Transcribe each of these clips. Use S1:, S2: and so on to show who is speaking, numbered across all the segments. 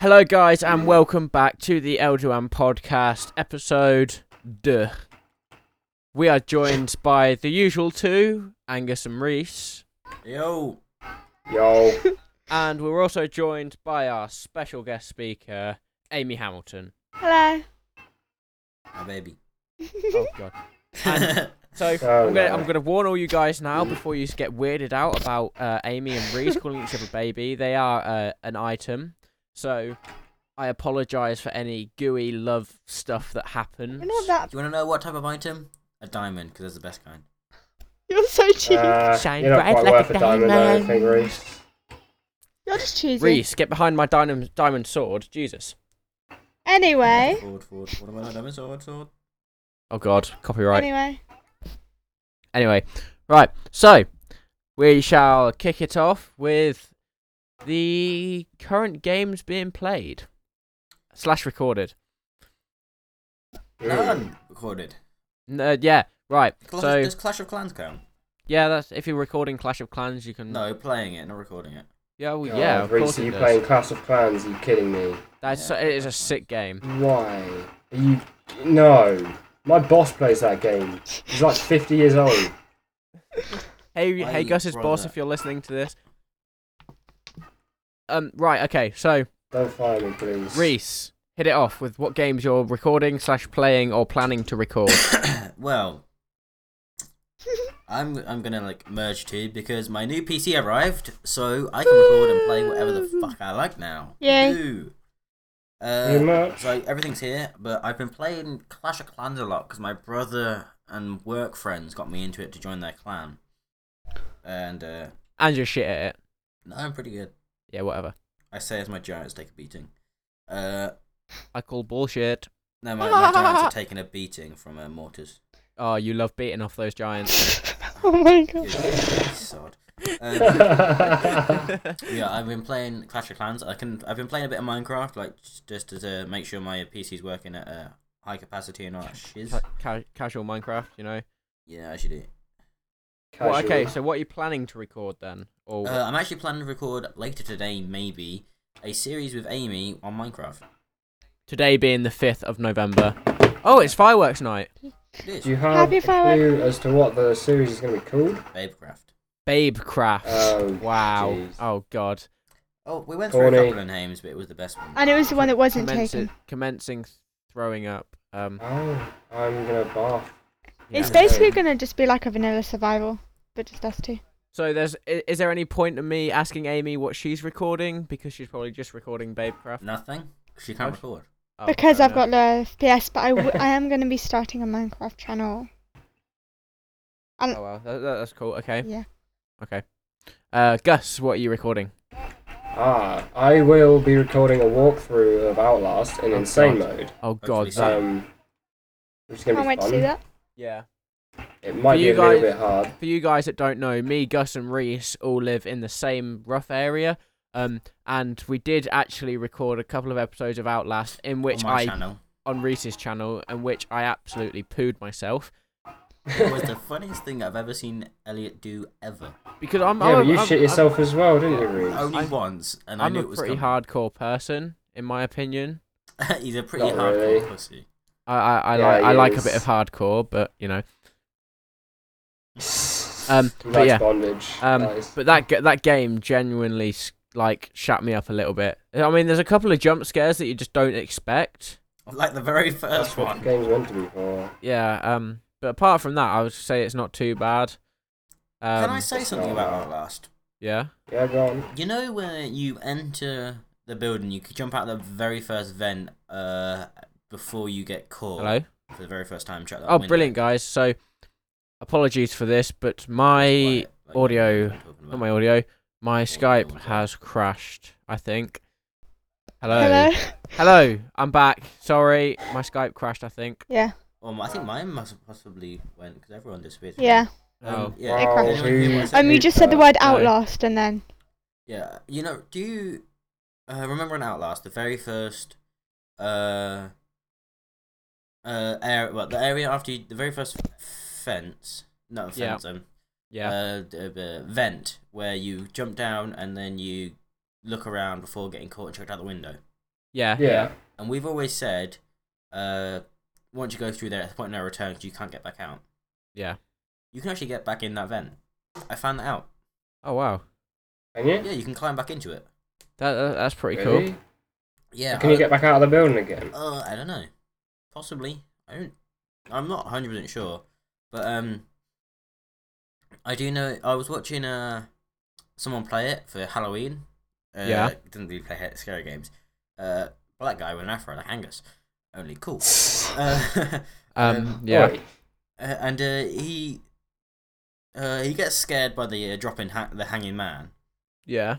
S1: Hello, guys, and welcome back to the Elduan podcast, episode duh. We are joined by the usual two, Angus and Reese,
S2: Yo.
S3: Yo.
S1: and we're also joined by our special guest speaker, Amy Hamilton.
S4: Hello.
S2: My baby. Um,
S1: Oh God! And- So
S3: Oh,
S1: I'm, gonna,
S3: no.
S1: I'm gonna warn all you guys now before you get weirded out about uh, Amy and Reese calling each other baby. They are uh, an item, so I apologise for any gooey love stuff that happens.
S4: We're not that.
S2: you want to know what type of item? A diamond, because that's the best kind.
S4: You're so cheap.
S3: Uh,
S1: Shine
S3: you're not
S1: bright
S3: quite
S1: like a
S3: worth a diamond, I don't
S1: diamond.
S3: think, Reese.
S4: You're just cheesy.
S1: Reese, get behind my diamond diamond sword, Jesus!
S4: Anyway.
S2: Forward, forward. What about a diamond sword, sword?
S1: Oh God, copyright.
S4: Anyway.
S1: Anyway, right. So we shall kick it off with the current games being played slash recorded.
S3: Mm.
S2: None recorded.
S1: No, uh, yeah, right.
S2: Clash,
S1: so
S2: does Clash of Clans count?
S1: yeah, that's if you're recording Clash of Clans, you can.
S2: No, playing it, not recording it.
S1: Yeah, well,
S3: Oh,
S1: yeah, of
S3: Reese,
S1: course
S3: are
S1: it
S3: you
S1: does.
S3: playing Clash of Clans? Are you kidding me?
S1: That's
S2: Yeah.
S1: it is a sick game.
S3: Why? Are you. No. My boss plays that game. He's like 50 years old.
S1: Hey,
S2: Why
S1: hey,
S2: you
S1: Gus's
S2: brought
S1: boss,
S2: that?
S1: if you're listening to this. Um. Right. Okay. So
S3: Don't fire me, please.
S1: Reese, hit it off with what games you're recording slash playing or planning to record.
S2: well, I'm I'm gonna like merge two because my new PC arrived, so I can record and play whatever the fuck I like now.
S4: Yay.
S2: Woohoo.
S3: Pretty
S2: Uh,
S3: much.
S2: so everything's here, but I've been playing Clash of Clans a lot because my brother and work friends got me into it to join their clan, and uh,
S1: and just shit at it.
S2: no, I'm pretty good.
S1: Yeah, whatever.
S2: I say as my giants take a beating. Uh,
S1: I call bullshit.
S2: no, my, my giants are taking a beating from uh, mortars.
S1: Oh, you love beating off those giants.
S4: Oh my
S2: Good
S4: god.
S2: sod. Um, yeah, I've been playing Clash of Clans. I can. I've been playing a bit of Minecraft, like just to uh, make sure my PC's working at uh, high capacity and all that shiz.
S1: Ca- ca- casual Minecraft, you know.
S2: Yeah, I should do.
S1: Well, okay,
S3: Casual.
S1: so what are you planning to record then? Or
S2: Uh, I'm actually planning to record later today, maybe a series with Amy on Minecraft.
S1: today being the fifth of November. Oh, it's fireworks night.
S2: It is
S3: Do you have
S4: Happy
S3: a clue as to what the series is going to be called?
S2: Babecraft.
S1: Babecraft.
S3: Oh,
S1: wow.
S3: jeez.
S1: Oh God.
S2: Oh, we went through a
S3: Corny.
S2: couple of names, but it was the best one.
S4: And it was the one that wasn't
S1: Commence-
S4: taken.
S1: commencing throwing up. Um.
S3: Oh, I'm going to barf.
S1: yeah.
S4: It's
S3: very-
S4: basically gonna just be like a vanilla survival, but just us two.
S1: So there's i- is there any point in me asking Amy what she's recording because she's probably just recording Babecraft?
S2: Nothing. She can't record.
S1: Oh,
S4: because
S1: fair
S4: I've got low FPS, but I, w- I am gonna be starting a Minecraft channel.
S1: enough. Oh wow, that, that- that's cool. Okay.
S4: Yeah.
S1: Okay. Uh, Gus, what are you recording?
S3: Ah, I will be recording a walkthrough of Outlast in
S1: Oh,
S3: insane
S1: God.
S3: mode.
S1: Oh God.
S2: Hopefully
S1: That,
S3: Um, which is going to
S4: Can't
S3: be
S4: wait to
S3: fun.
S4: see that.
S1: yeah.
S3: It might
S1: For
S3: be
S1: you
S3: a little
S1: guys-
S3: bit hard.
S1: For you guys that don't know, me, Gus, and Reese all live in the same rough area. Um, and we did actually record a couple of episodes of Outlast in which
S2: on my
S1: I
S2: channel.
S1: on Reese's channel, in which I absolutely pooed myself
S2: It was the funniest thing I've ever seen Elliot do ever.
S1: because I'm
S3: yeah,
S1: I'm,
S3: but you
S1: I'm-
S3: shit
S1: I'm-
S3: yourself as well, didn't you, Reese?
S2: Only
S1: I'm-
S2: once, and i
S1: I'm
S2: knew
S1: a
S2: it was
S1: pretty
S2: coming.
S1: hardcore person, in my opinion.
S2: He's a pretty
S3: Not
S2: hardcore
S3: really.
S2: pussy.
S1: I I, I
S3: Yeah,
S1: like I
S3: he
S1: like a
S3: is.
S1: bit of hardcore, but you know, um,
S3: Nice
S1: but yeah,
S3: bondage.
S1: um,
S3: nice.
S1: but that ga- that game genuinely s- like shut me up a little bit. I mean, there's a couple of jump scares that you just don't expect.
S2: Like the very
S3: That's
S1: Um,
S2: first
S3: what the
S2: one.
S3: game's meant to be for.
S1: Yeah. Um. But apart from that, I would say it's not too bad. Um,
S2: Can I say something about Outlast?
S1: Yeah.
S3: Yeah, go on.
S2: You know where you enter the building, you could jump out the very first vent uh, before you get caught
S1: Hello.
S2: for the very first time. Check that
S1: Oh,
S2: window.
S1: brilliant, guys. So, apologies for this, but my
S2: Quiet, like,
S1: audio-
S2: what I'm talking
S1: not
S2: about.
S1: my audio, my Skype
S2: audio.
S1: has crashed. I think. Oh,
S4: Hello.
S1: Hello, I'm back. Sorry, my Skype crashed. I think.
S4: Yeah.
S2: Um, I think mine must have possibly went because everyone disappeared.
S4: Yeah.
S2: Um,
S1: Oh,
S2: yeah.
S4: It crashed.
S2: anyone who wants to-
S4: Um, you just said the word
S1: No.
S4: Outlast, and then
S2: Yeah, you know, do you uh, remember in Outlast the very first uh uh area? Well, the area after you, the very first fence, no
S1: Yeah.
S2: fence, um,
S1: yeah.
S2: uh, d- uh, vent where you jump down and then you look around before getting caught and chucked out the window.
S1: Yeah.
S3: Yeah.
S2: And we've always said, uh, once you go through there, it's a point of no return 'cause you can't get back out.
S1: Yeah.
S2: You can actually get back in that vent. I found that out.
S1: Oh wow.
S3: Can you?
S2: Yeah, you can climb back into it.
S1: That, that that's pretty
S3: Really?
S1: cool.
S2: Yeah.
S3: Can
S2: I,
S3: you get back out of the building again?
S2: Uh, I don't know. Possibly. I don't. I'm not 100 percent sure, but um, I do know. I was watching uh, someone play it for Halloween. Uh,
S1: Yeah.
S2: Didn't really play ha- scary games. Uh, black guy with an afro like Angus. Only cool. Uh,
S1: Um. Yeah.
S3: Oi.
S2: Uh, and uh, he uh, he gets scared by the uh, dropping ha- the hanging man,
S1: Yeah.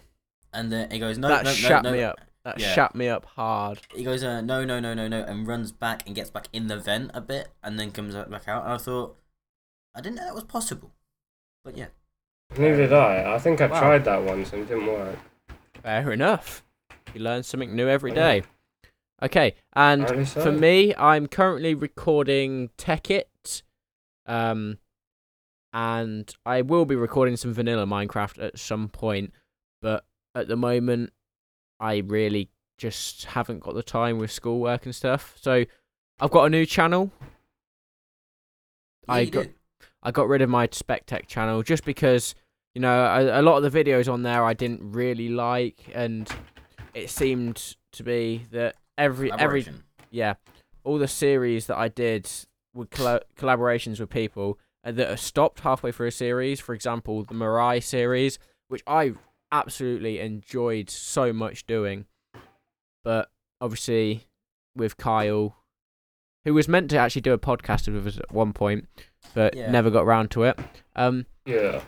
S2: and then he goes no
S1: That
S2: no no
S1: shut
S2: no.
S1: me up. That
S2: Yeah.
S1: shut me up hard.
S2: He goes uh, no no no no no, and runs back and gets back in the vent a bit, and then comes out- back out. And I thought I didn't know that was possible, but yeah,
S3: Neither did I. I think I
S1: Wow.
S3: tried that once and it didn't work.
S1: Fair enough. You learn something new every day. Okay, and
S3: Apparently so.
S1: for me, I'm currently recording Tech It, um, and I will be recording some vanilla Minecraft at some point, but at the moment, I really just haven't got the time with schoolwork and stuff. So I've got a new channel.
S2: Yeah,
S1: I
S2: you
S1: got
S2: do.
S1: I got rid of my Spec Tech channel just because you know a, a lot of the videos on there I didn't really like, and it seemed to be that every every
S2: Collaboration.
S1: yeah all the series that I did with colla- collaborations with people uh, that are stopped halfway through a series. For example, the Mirai series, which I absolutely enjoyed so much doing, but obviously with Kyle, who was meant to actually do a podcast with us at one point, but
S2: Yeah.
S1: never got round to it. Um,
S3: Yeah.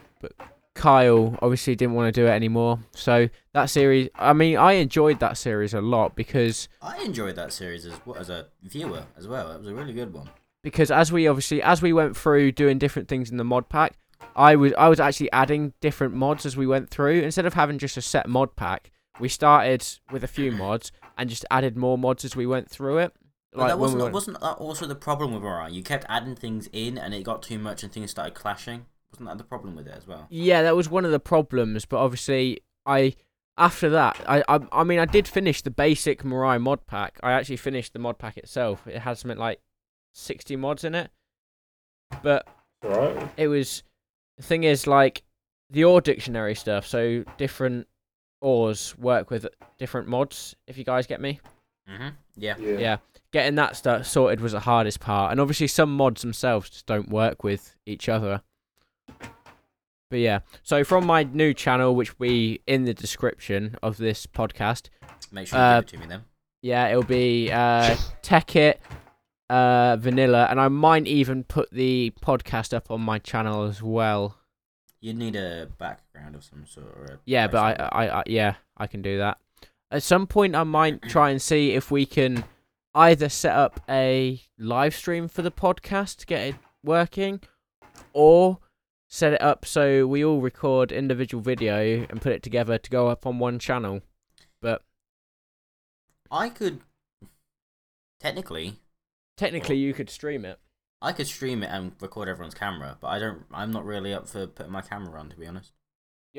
S1: Kyle obviously didn't want to do it anymore, so that series. I mean, I enjoyed that series a lot because
S2: I enjoyed that series as well as a viewer as well. It was a really good one.
S1: because as we obviously as we went through doing different things in the mod pack, I was I was actually adding different mods as we went through. Instead of having just a set mod pack, we started with a few mods and just added more mods as we went through it.
S2: But that
S1: when we
S2: wasn't,
S1: went-
S2: wasn't that also the problem with Orion? You kept adding things in, and it got too much, and things started clashing. Wasn't that the problem with it as well?
S1: Yeah, that was one of the problems. But obviously, I after that, I I, I mean, I did finish the basic Mirai mod pack. I actually finished the mod pack itself. It had something like sixty mods in it, but
S3: Right.
S1: it was the thing is like the ore dictionary stuff. So different ores work with different mods. If you guys get me
S2: Mm-hmm. Yeah.
S3: Yeah.
S1: yeah getting that stuff sorted was the hardest part and obviously some mods themselves just don't work with each other but yeah so from my new channel which we in the description of this podcast
S2: Make sure you
S1: Uh,
S2: give it to me then.
S1: yeah it'll be uh tech it uh vanilla and i might even put the podcast up on my channel as well
S2: You'd need a background of some sort. Or a
S1: yeah but I,
S2: backstory.
S1: I i yeah i can do that at some point i might try and see if we can either set up a live stream for the podcast to get it working or set it up so we all record individual video and put it together to go up on one channel uh,
S2: I could. Technically,
S1: technically you could stream it
S2: I could stream it and record everyone's camera, but I don't. I'm not really up for putting my camera on, to be honest.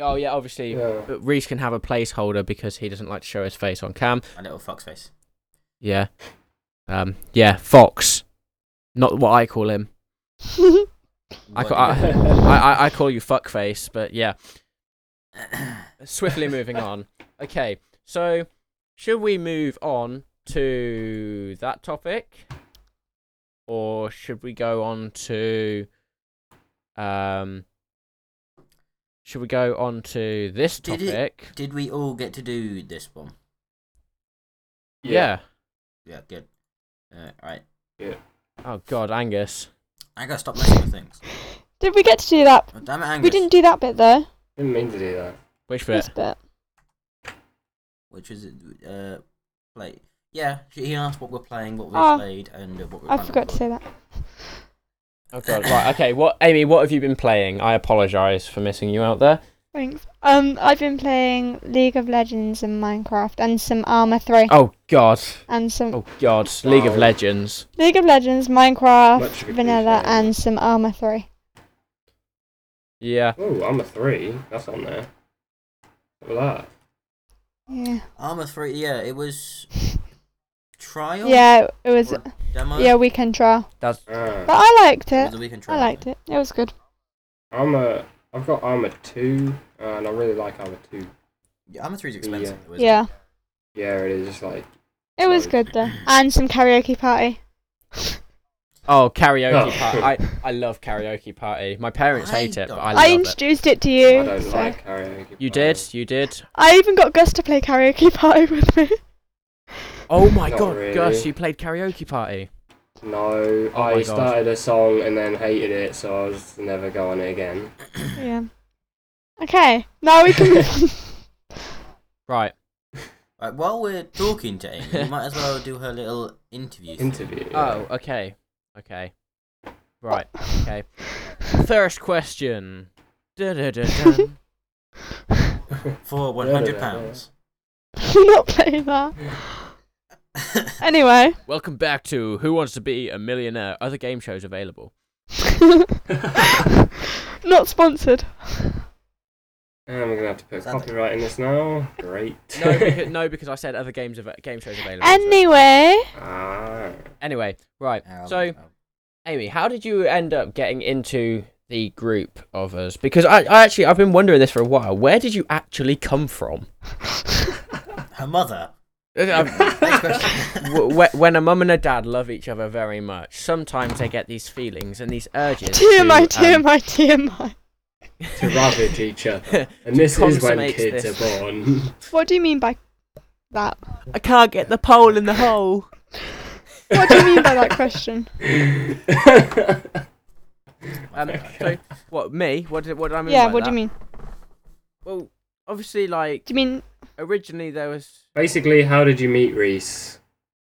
S1: oh yeah obviously
S3: Yeah.
S1: but reese can have a placeholder because he doesn't like to show his face on cam
S2: My little fox face.
S1: yeah um yeah fox not what i call him I
S2: What
S1: ca-
S2: do you-
S1: I, I, I call you fuckface, but yeah. Swiftly moving on. Okay, so should we move on to that topic, or should we go on to, um, should we go on to this
S2: Did it-
S1: topic?
S2: Did we all get to do this one?
S1: yeah.
S2: Yeah, good. Uh, right,
S1: Oh God, Angus.
S2: I gotta stop messing with things.
S4: Did we get to do that?
S2: Oh, damn it, Angus.
S4: We didn't do that bit though.
S3: Didn't mean to do that.
S1: Which
S4: This
S1: bit?
S4: bit.
S2: Which is uh, play. Yeah, he asked what we're playing, what we
S4: Ah.
S2: played, and uh, what we're.
S4: I forgot to say that.
S1: Oh God. Right. Okay. What, Amy? What have you been playing? I apologise for missing you out there.
S4: Thanks. Um, I've been playing League of Legends and Minecraft and some Armor 3
S1: Oh God.
S4: and some
S1: Oh God. League of
S3: Wow.
S1: Legends.
S4: League of Legends, Minecraft,
S3: Much
S4: Vanilla,
S3: appreciated.
S4: and some Armor 3.
S1: Yeah.
S3: Oh, I'm a three. That's on there. Look at that.
S4: Yeah.
S2: Armor three. Yeah, it was trial?
S4: Yeah, it was. uh,
S2: Or Demo?
S4: Yeah, weekend trial.
S1: That's
S4: But
S3: Ah,
S4: I liked
S2: It
S4: it.
S2: was a weekend
S4: I
S2: trial.
S4: liked it. It was good.
S3: armor. I've got armor two, uh, and I really like armor two.
S2: Yeah, Arma 3's expensive.
S3: Yeah.
S2: though, isn't it?
S4: Yeah,
S3: Yeah, it is just like
S4: it was
S3: Sorry.
S4: good though. And some karaoke party.
S1: oh karaoke
S3: Oh.
S1: party. I, I love karaoke party. My parents
S2: I
S1: hate it, but
S2: don't-
S1: I
S2: I
S1: love
S4: I,
S1: it.
S4: introduced it to
S3: I
S4: you.
S3: don't
S4: so-
S3: like karaoke.
S1: You
S3: party.
S1: did, you did.
S4: I even got Gus to play karaoke party with me.
S1: Oh my
S3: Not
S1: god, Gus,
S3: really.
S1: you played karaoke party.
S3: No,
S1: Oh my
S3: I
S1: God.
S3: started a song and then hated it, so I was never going it again.
S4: Yeah. Okay, now we can move on.
S1: Right.
S2: Right, while we're talking to Amy, we might as well do her little interview. thing.
S3: Interview.
S1: Oh, okay. Okay. Right. Okay. First question. Dun-dun-dun-dun.
S2: For
S3: Yeah, yeah,
S2: £100.
S3: yeah.
S4: I'm not playing that. Anyway.
S1: Welcome back to Who Wants to Be a Millionaire? Other game shows available.
S4: not sponsored.
S3: And we're gonna have to put
S2: Sounds like-
S3: copyright in this now. Great.
S1: No, because, no, because I said other games av- game shows available. so-
S4: Anyway.
S3: ah,
S1: Anyway, right.
S2: Um,
S1: So, Amy, how did you end up getting into the group of us? Because I, I actually I've been wondering this for a while. Where did you actually come from?
S2: her mother.
S1: Uh,
S2: Next question.
S1: w- wh- when a mum and a dad love each other very much, sometimes they get these feelings and these urges.
S4: TMI,
S1: to, um,
S4: TMI, TMI.
S3: to ravage each other, and this is when
S1: consummate
S3: kids
S1: this.
S3: are born.
S4: What do you mean by that?
S1: I can't get the pole in the hole.
S4: What do you mean by that question?
S1: Um, so, what me? What did what did I mean?
S4: yeah,
S1: by
S4: what do
S1: that?
S4: you mean?
S1: Well, obviously, like
S4: Do you mean
S1: originally there was
S3: Basically, how did you meet Reese?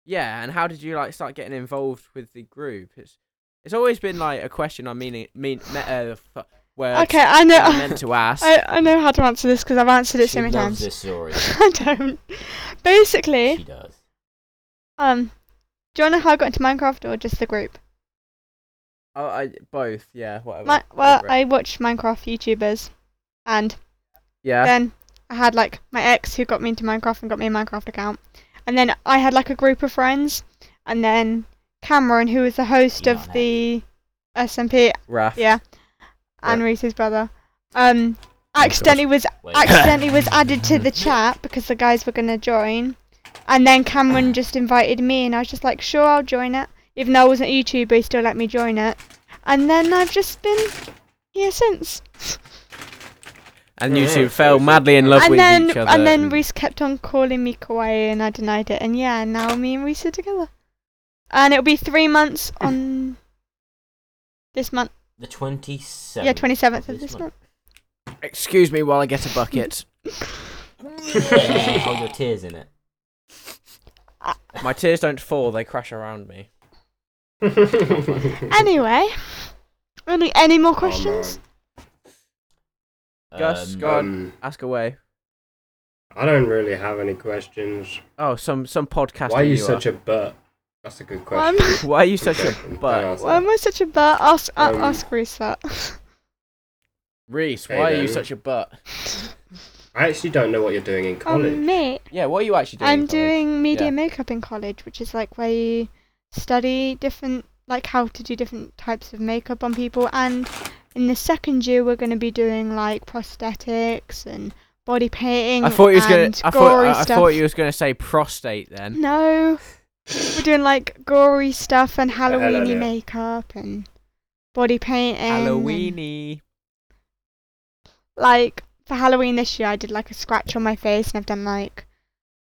S1: yeah, and how did you like start getting involved with the group? It's it's always been like a question I mean mean me, uh, f- words
S4: Okay, I know.
S1: that I meant to ask.
S4: I, I know how to answer this because I've answered it
S2: she
S4: so many
S2: loves
S4: times.
S2: this story.
S4: I don't. Basically,
S2: She does.
S4: um, do you want to know how I got into Minecraft or just the group?
S1: oh, I both yeah whatever.
S4: My, well,
S1: Whatever.
S4: I watched Minecraft YouTubers, and
S1: yeah
S4: then I had like my ex who got me into Minecraft and got me a Minecraft account, and then I had like a group of friends, and then Cameron, who was the host
S2: You're
S4: of
S2: not
S4: the SMP,
S1: Raph.
S4: yeah, and Reese's brother, um, accidentally was
S2: Wait.
S4: accidentally was added to the chat because the guys were gonna join, and then Cameron just invited me, and I was just like, sure, I'll join it. Even though I wasn't a YouTuber, he still let me join it, and then I've just been here since.
S1: And you
S3: Yeah,
S1: two
S3: yeah,
S1: fell
S3: so-
S1: madly in love
S4: and
S1: with
S4: then
S1: each other.
S4: and then Reese kept on calling me kawaii, and I denied it, and yeah, now me and Reese are together, and it'll be three months on this month.
S2: The 27th.
S4: Yeah, twenty seventh of
S2: This
S4: this
S2: month.
S4: month.
S1: Excuse me while I get a bucket.
S2: Yeah, hold your tears in it.
S1: My tears don't fall; they crash around me.
S4: Anyway, any any more questions?
S1: Gus,
S3: Questions?
S2: Um,
S1: go on.
S3: um,
S1: Ask away.
S3: I don't really have any questions.
S1: Oh, some some podcast.
S3: Why are you
S1: you
S3: such a butt? That's a good
S4: Why am,
S3: question.
S1: a? Why are you such a?
S3: Question.
S1: butt?
S3: Don't answer
S4: why am I such a butt? Ask uh,
S3: Um,
S4: ask Reese that.
S1: Reese,
S3: Hey
S1: why are you
S3: then.
S1: such a butt?
S3: I actually don't know what you're doing in college.
S4: Um, me,
S1: Yeah, what are you actually doing?
S4: I'm
S1: Colin?
S4: doing media
S1: Yeah.
S4: makeup in college, which is like where you study different, like how to do different types of makeup on people. And in the second year, we're going to be doing like prosthetics and body painting.
S1: I thought you was gonna.
S4: and
S1: I thought,
S4: gory
S1: I, I
S4: stuff.
S1: thought you was gonna say prostate then.
S4: No, we're doing like gory stuff and
S3: hell out of
S4: Halloweeny
S3: it.
S4: makeup and body painting. and-
S1: Halloweeny.
S4: like for Halloween this year, I did like a scratch on my face, and I've done like,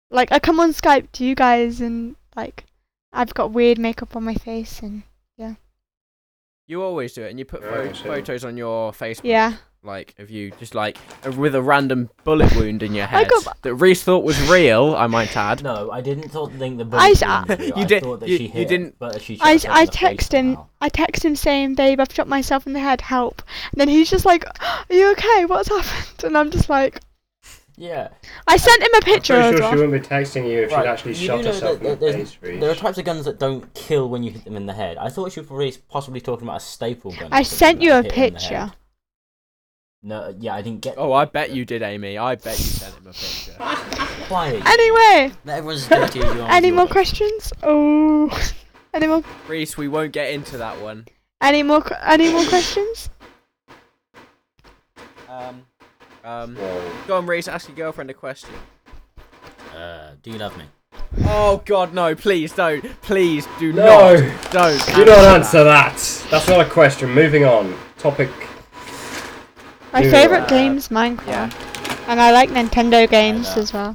S4: like I come on Skype to you guys, and like I've got weird makeup on my face, and
S1: You always do it, and you put
S3: Yeah,
S1: pho-
S3: I see.
S1: photos on your Facebook,
S4: yeah,
S1: like of you just like with a random bullet wound in your head
S4: got-
S1: that Reese thought was real. I might add.
S2: No, I didn't thought, think the
S4: I
S2: bullet
S4: s-
S2: wound was real.
S1: You
S2: I
S1: did-
S2: thought that
S1: you-
S2: she
S1: you
S2: hit it,
S1: didn't-
S2: But she shot
S4: I
S2: herself
S4: I
S2: in the face
S4: text him,
S2: somehow.
S4: I text him saying, babe, I've shot myself in the head, help. And then he's just like, are you okay? What's happened? And I'm just like,
S2: Yeah.
S4: I sent him a
S3: I'm
S4: picture
S3: pretty
S4: as
S3: sure she
S4: well.
S3: wouldn't be texting you if
S2: Right,
S3: she'd actually
S2: you do
S3: shot
S2: know
S3: herself
S2: that
S3: in the
S2: there's-
S3: face, Reese.
S2: There are types of guns that don't kill when you hit them in the head. I thought she was probably possibly talking about a staple gun. or
S4: I
S2: something
S4: sent you a
S2: that hit in the
S4: picture.
S2: head. No, yeah, I didn't get.
S1: Oh, I bet you did, Amy. I bet you sent him a picture.
S2: Quiet.
S4: Anyway,
S2: Let everyone's dirty as you are.
S4: any more questions? Oh, any more,
S1: Reese, we won't get into that one.
S4: any more, que- any more questions?
S1: Um, um,
S3: Whoa.
S1: go on, Reese. Ask your girlfriend a question.
S2: Uh, do you love me?
S1: Oh God, no! Please don't. Please do
S3: No.
S1: not. Don't.
S3: Do not answer that. That's not a question. Moving on. Topic.
S4: My
S3: Yeah.
S4: favourite game's Minecraft,
S1: Yeah.
S4: and I like Nintendo games
S2: that.
S4: as well.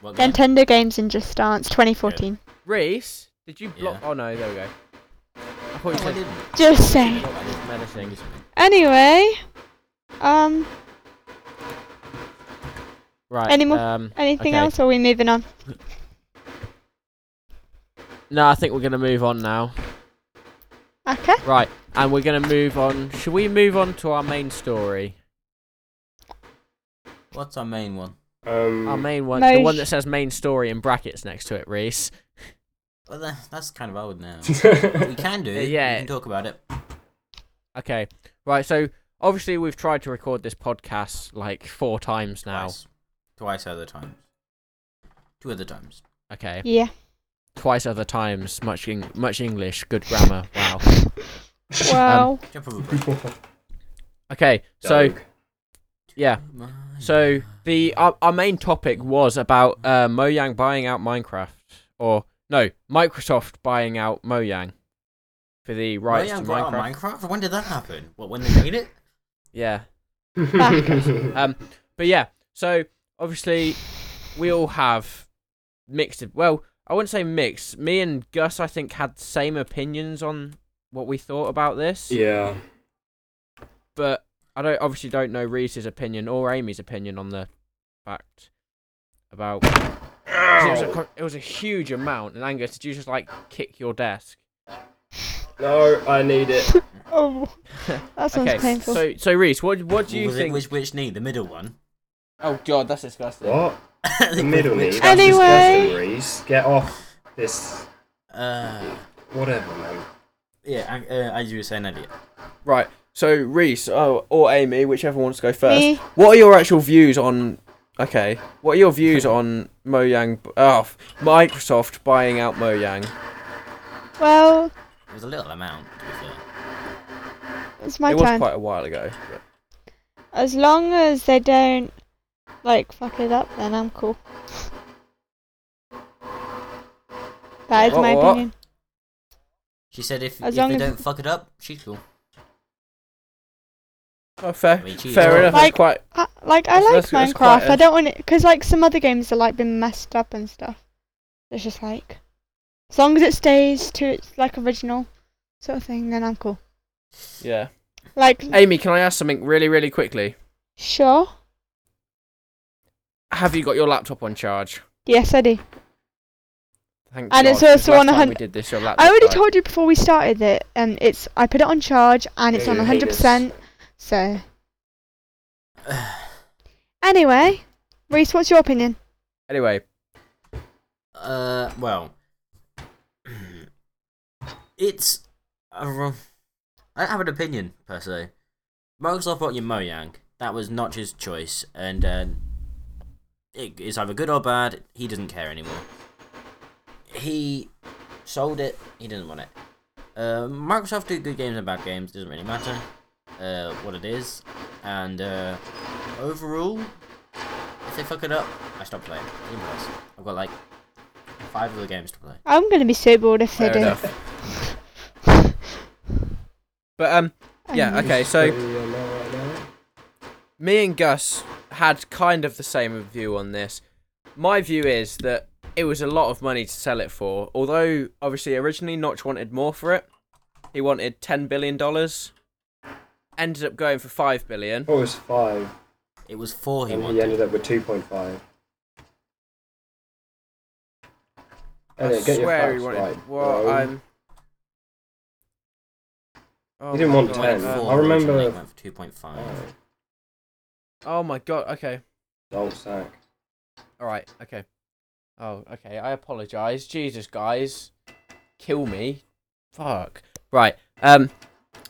S2: What game?
S4: Nintendo games in Just Dance 2014.
S1: Reese, did you block? Oh no, there we go. I thought you
S2: No, I
S1: said
S2: didn't.
S4: Just saying.
S1: block is menacing.
S4: Anyway, um,
S1: Right.
S4: Any more-
S1: Um,
S4: anything
S1: Okay.
S4: else? Or are we moving on?
S1: no, I think we're gonna move on now.
S4: Okay.
S1: Right, and we're gonna move on. Should we move on to our main story?
S2: What's our main one?
S3: Um,
S2: Mm.
S1: Our main one, the
S4: Most-
S1: one that says main story in brackets next to it, Reese.
S2: Well, that, that's kind of old now. we
S3: yeah.
S2: can do it.
S1: Yeah.
S2: We can talk about it.
S1: Okay. Right, so obviously we've tried to record this podcast like four times now.
S2: Twice. Twice other times. Two other times.
S1: Okay.
S4: Yeah.
S1: Twice other times. Much Eng- much English, good grammar. Wow. Um,
S4: Wow.
S2: Jump over. a
S1: Okay, so yeah.
S2: bridge.
S1: So the our, our main topic was about uh, Mojang buying out Minecraft or no, Microsoft buying out Mojang for the rights
S2: Mojang
S1: to
S2: bought out
S1: Minecraft.
S2: Minecraft? When did that happen? What, when they made it?
S1: Yeah.
S3: Doug.
S1: Um, but yeah, so obviously we all have mixed. Well, I wouldn't say mixed. Me and Gus, I think, had the same opinions on what we thought about this.
S3: yeah.
S1: But I don't obviously don't know Reese's opinion or Amy's opinion on the fact about. 'cause It was, a, co- it was a huge amount, and Angus, did you just like kick your desk?
S3: No, I need it.
S4: Oh, that sounds
S1: okay,
S4: painful.
S1: so so Reese, what what do you
S2: was it
S1: think?
S2: which, which knee? The middle one?
S1: Oh God, that's disgusting.
S3: What? The middle knee. That's
S4: Anyway.
S3: disgusting, Reese. Get off this.
S2: Uh,
S3: Whatever, man.
S2: yeah, uh, as you were saying earlier.
S1: Right. So Reese, oh, or Amy, whichever wants to go first.
S4: Me.
S1: What are your actual views on? Okay. What are your views on Mojang? Oh, f- Microsoft buying out Mojang.
S4: well,
S2: It was a little amount, to be fair.
S4: it's my
S1: it was
S4: turn.
S1: quite a while ago. but-
S4: As long as they don't like fuck it up, then I'm cool. That is
S1: What-
S4: my
S1: what?
S4: opinion.
S2: She said if,
S4: As
S2: if
S4: long
S2: they
S4: as-
S2: don't fuck it up, she's cool.
S1: Oh, fair.
S2: I mean, geez,
S1: fair
S2: well-
S1: enough. That's
S4: Like-
S1: quite.
S4: I, like I like
S1: That's- that's- that's quite
S4: Minecraft.
S1: a-
S4: I don't want it because like some other games are like been messed up and stuff. It's just like as long as it stays to its like original sort of thing, then I'm cool.
S1: Yeah.
S4: Like
S1: Amy, can I ask something really, really quickly?
S4: sure,
S1: Have you got your laptop on charge?
S4: yes I do.
S1: Thank God,
S4: And it's
S1: 'cause
S4: also
S1: last
S4: on a
S1: time
S4: hun-
S1: We did this. Your laptop
S4: I already
S1: died.
S4: told you before we started that um it's I put it on charge and it's
S3: Yeah,
S4: on
S3: you hate us.
S4: 100%. So anyway, Reese, what's your opinion?
S1: Anyway,
S2: Uh, well, it's. a ro- I don't have an opinion per se. Microsoft bought your Mojang. That was Notch's choice, and uh, it is either good or bad. He doesn't care anymore. He sold it. He doesn't want it. Uh, Microsoft do good games and bad games. Doesn't really matter. Uh, what it is, and uh, overall, if they fuck it up, I stop playing. Simple as. I've got like five other games to play.
S4: I'm gonna be so bored if they
S1: fair
S4: do.
S1: enough. But um, yeah.
S4: Anyway.
S1: Okay, so. me and Gus had kind of the same view on this. My view is that it was a lot of money to sell it for, although obviously originally Notch wanted more for it. He wanted ten billion dollars. Ended up going for five billion.
S3: What Oh, was five?
S2: It was four he
S3: And he
S2: wanted.
S3: ended up with 2.5. Elliot, get your
S1: Swear he
S3: facts
S1: wanted-
S3: right.
S1: Well,
S3: bro.
S1: I'm. Oh
S3: He didn't
S1: my
S3: want
S1: God,
S2: He wanted
S3: 10.
S1: uh,
S2: four,
S3: I remember-
S2: originally, he went for two point five.
S3: Oh,
S1: Oh my god. Okay.
S3: Don't sack.
S1: All right. Okay. Oh, okay. I apologize. Jesus, guys, kill me. Fuck. Right. Um.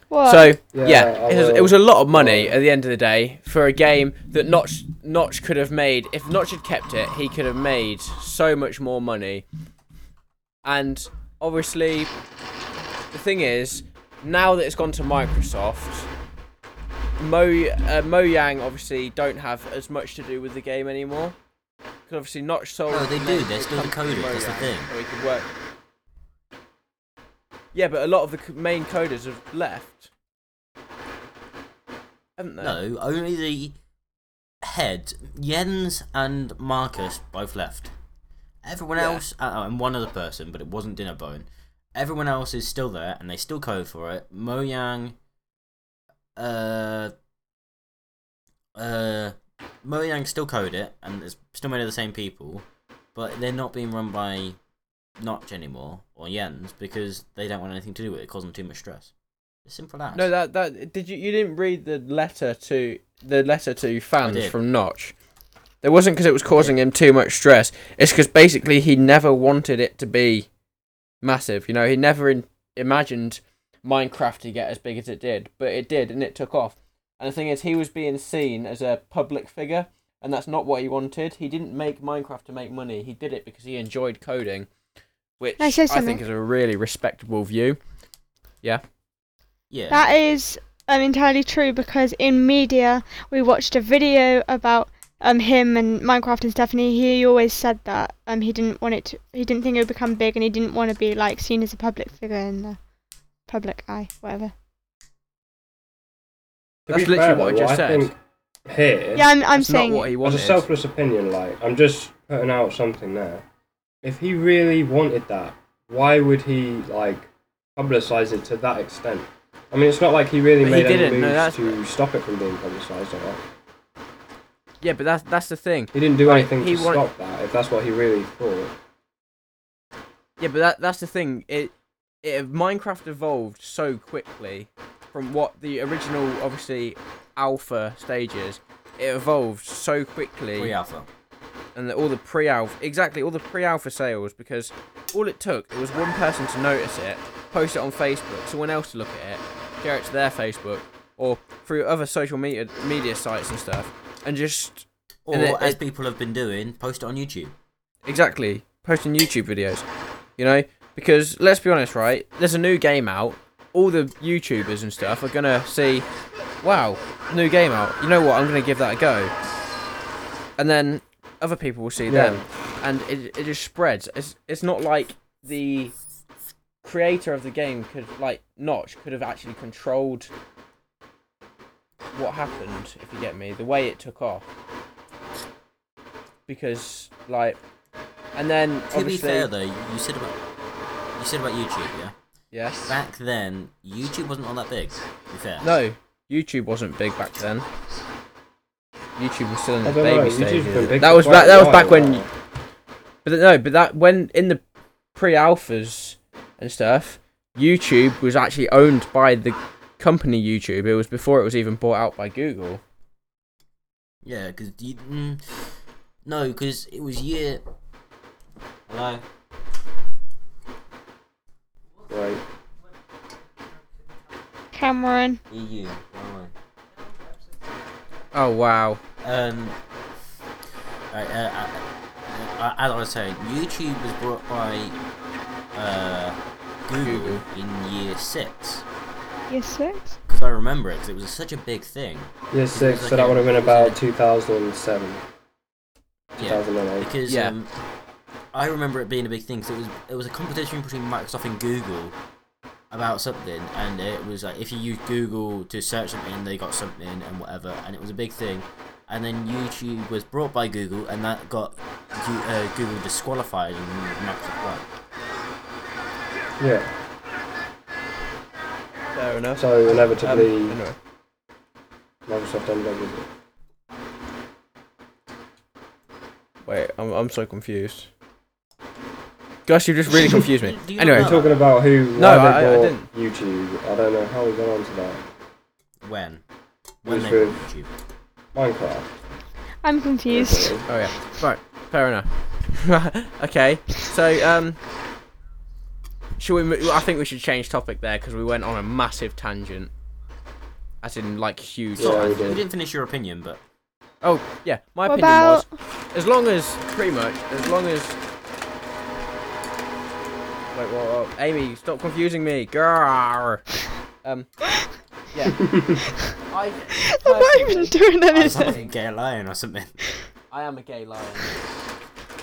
S4: What?
S1: So yeah,
S3: Yeah, I
S1: it, was, it
S3: will.
S1: was a lot of money
S3: will.
S1: at the end of the day for a game that Notch Notch could have made. If Notch had kept it, he could have made so much more money. And obviously, the thing is, now that it's gone to Microsoft, Mo uh, Mo Yang obviously don't have as much to do with the game anymore. 'Cause obviously Notch sold.
S2: No, they
S1: the
S2: do,
S1: name
S2: they're
S1: to
S2: still the
S1: company
S2: coders, that's the
S1: Mojang,
S2: thing.
S1: so he could work. Yeah, but a lot of the c- main coders have left, haven't they?
S2: No, only the head, Jens and Marcus both left. Everyone
S1: Yeah.
S2: else, uh, and one other person, but it wasn't Dinnerbone. Everyone else is still there, and they still code for it. Mojang, uh, uh, Mojang still code it, and it's still made of the same people, but they're not being run by Notch anymore or Jens because they don't want anything to do with it, causing too much stress. It's simple as
S1: No, that that did you you didn't read the letter to the letter to fans
S2: did.
S1: from Notch. It wasn't because it was causing him too much stress. It's because basically he never wanted it to be massive. You know, he never in, imagined Minecraft to get as big as it did, but it did, and it took off. And the thing is, he was being seen as a public figure, and that's not what he wanted. He didn't make Minecraft to make money. He did it because he enjoyed coding, which
S4: Can I say
S1: I
S4: something?
S1: think is a really respectable view.
S2: yeah.
S4: That is um, entirely true because in media we watched a video about um him and Minecraft and stuff, and he, he always said that um he didn't want it to, he didn't think it would become big, and he didn't want to be like seen as a public figure in the public eye, whatever.
S3: To
S1: That's
S3: be
S1: literally
S3: fair,
S1: what I
S3: though,
S1: just
S3: I
S1: said.
S3: think here,
S4: Yeah, I'm I'm
S1: It's not
S4: saying
S1: what he
S3: as a
S1: wanted.
S3: selfless opinion, like I'm just putting out something there. If he really wanted that, why would he like publicize it to that extent? I mean, it's not like he really
S1: But he
S3: made any
S1: didn't, no, that's-
S3: moves to stop it from being publicized or not.
S1: Yeah, but that's that's the thing.
S3: He didn't do
S1: Like,
S3: anything
S1: he
S3: to
S1: wa-
S3: stop that. If that's what he really thought.
S1: Yeah, but that that's the thing. It, it Minecraft evolved so quickly from what the original, obviously, alpha stages. It evolved so quickly,
S2: Free alpha.
S1: and that all the pre-alpha, exactly, all the pre-alpha sales, because all it took it was one person to notice it, post it on Facebook, someone else to look at it, share it to their Facebook or through other social media media sites and stuff, and just
S2: Or
S1: And it-
S2: as
S1: it-
S2: people have been doing, post it on YouTube.
S1: Exactly. Posting YouTube videos. You know? Because let's be honest, right? There's a new game out. All the YouTubers and stuff are gonna see, wow, new game out. You know what? I'm gonna give that a go. And then other people will see
S3: Yeah.
S1: them. And it, it just spreads. It's, it's not like the creator of the game could, like, Notch could have actually controlled what happened, if you get me, the way it took off. Because, like, and then
S2: To be
S1: obviously,
S2: fair though, you said about you said about YouTube, yeah.
S1: yes,
S2: Back then, YouTube wasn't all that big. To be fair.
S1: no, YouTube wasn't big back then. YouTube was still in
S3: I
S1: the
S3: don't
S1: baby
S3: know. YouTube's been
S1: stages.
S3: big
S1: That
S3: for
S1: was
S3: quite
S1: back.
S3: a
S1: That was
S3: while
S1: back when,
S3: now.
S1: but th- no, but that when in the pre-alphas and stuff, YouTube was actually owned by the company YouTube. It was before it was even bought out by Google.
S2: Yeah, because you mm, no, because it was year. Hello.
S3: Right.
S4: Cameron.
S2: EU. where
S1: Oh wow.
S2: am I? Um. Right, uh, uh, uh, as I was saying, YouTube was brought by uh, Google
S1: Google.
S2: in year six
S4: Yes, six.
S2: because I remember it 'cause it was such a big thing.
S3: Year six, so that would have been about 2007,
S2: Yeah.
S3: 2008.
S2: because
S1: Yeah.
S2: um, I remember it being a big thing. 'cause it was it was a competition between Microsoft and Google about something, and it was like if you used Google to search something, they got something and whatever, and it was a big thing. And then YouTube was brought by Google, and that got Gu- uh, Google disqualified and Microsoft won.
S3: Yeah.
S1: Fair enough.
S3: So inevitably,
S1: Um, anyway.
S3: Microsoft ended up with it.
S1: Wait, I'm, I'm so confused. Gosh, you just really confused me.
S2: Do you not
S1: anyway,
S2: know?
S3: We're talking about who.
S1: Oh. No,
S3: why
S1: I- I- I
S3: they bought
S1: didn't.
S3: YouTube. I don't know how we got onto that.
S2: When? When
S3: Who's
S2: they
S3: who?
S2: bought YouTube.
S3: Minecraft.
S4: I'm confused.
S3: basically.
S1: oh yeah, right, fair enough. okay, so um, should we? Mo- I think we should change topic there because we went on a massive tangent. as in like huge.
S3: Yeah,
S2: Sorry,
S3: we
S2: we
S3: did.
S2: didn't finish your opinion, but
S1: Oh yeah, my
S4: What
S1: opinion
S4: about
S1: was as long as pretty much as long as. Wait, whoa, whoa. Amy, stop confusing me. Grrr. Um, yeah. I,
S4: I'm not even
S1: personally-
S4: doing anything.
S2: something gay lion or something.
S1: I am a gay lion.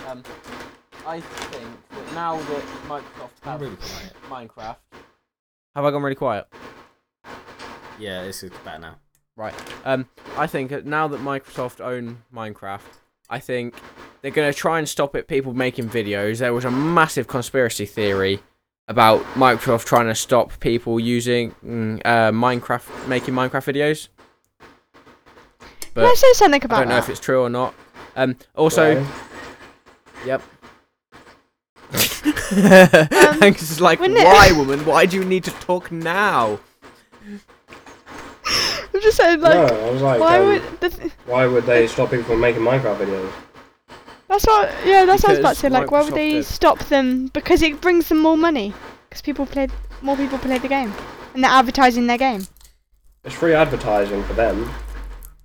S1: Um, I think that now that Microsoft
S2: I'm
S1: have
S2: really quiet.
S1: Minecraft. Have I gone really quiet?
S2: Yeah, this is better now.
S1: Right. Um, I think that now that Microsoft own Minecraft, I think they're going to try and stop it. People making videos. There was a massive conspiracy theory about Microsoft trying to stop people using mm, uh, Minecraft, making Minecraft videos. But
S4: Let's do something
S1: I
S4: about
S1: don't know
S4: that.
S1: if it's true or not. Um, also,
S3: Right.
S1: Yep. Hanks is like,
S4: Um, wouldn't it-
S1: why, woman? Why do you need to talk now?
S4: I'm just saying, like,
S3: no, I was like,
S4: why
S3: um,
S4: would the th-
S3: why would they stop people from making Minecraft videos?
S4: that's what? Yeah, that's what I was about to
S1: Because
S4: say. Like, why would
S1: Microsoft
S4: they
S1: did.
S4: stop them? Because it brings them more money. Because people play, more people play the game, and they're advertising their game.
S3: It's free advertising for them.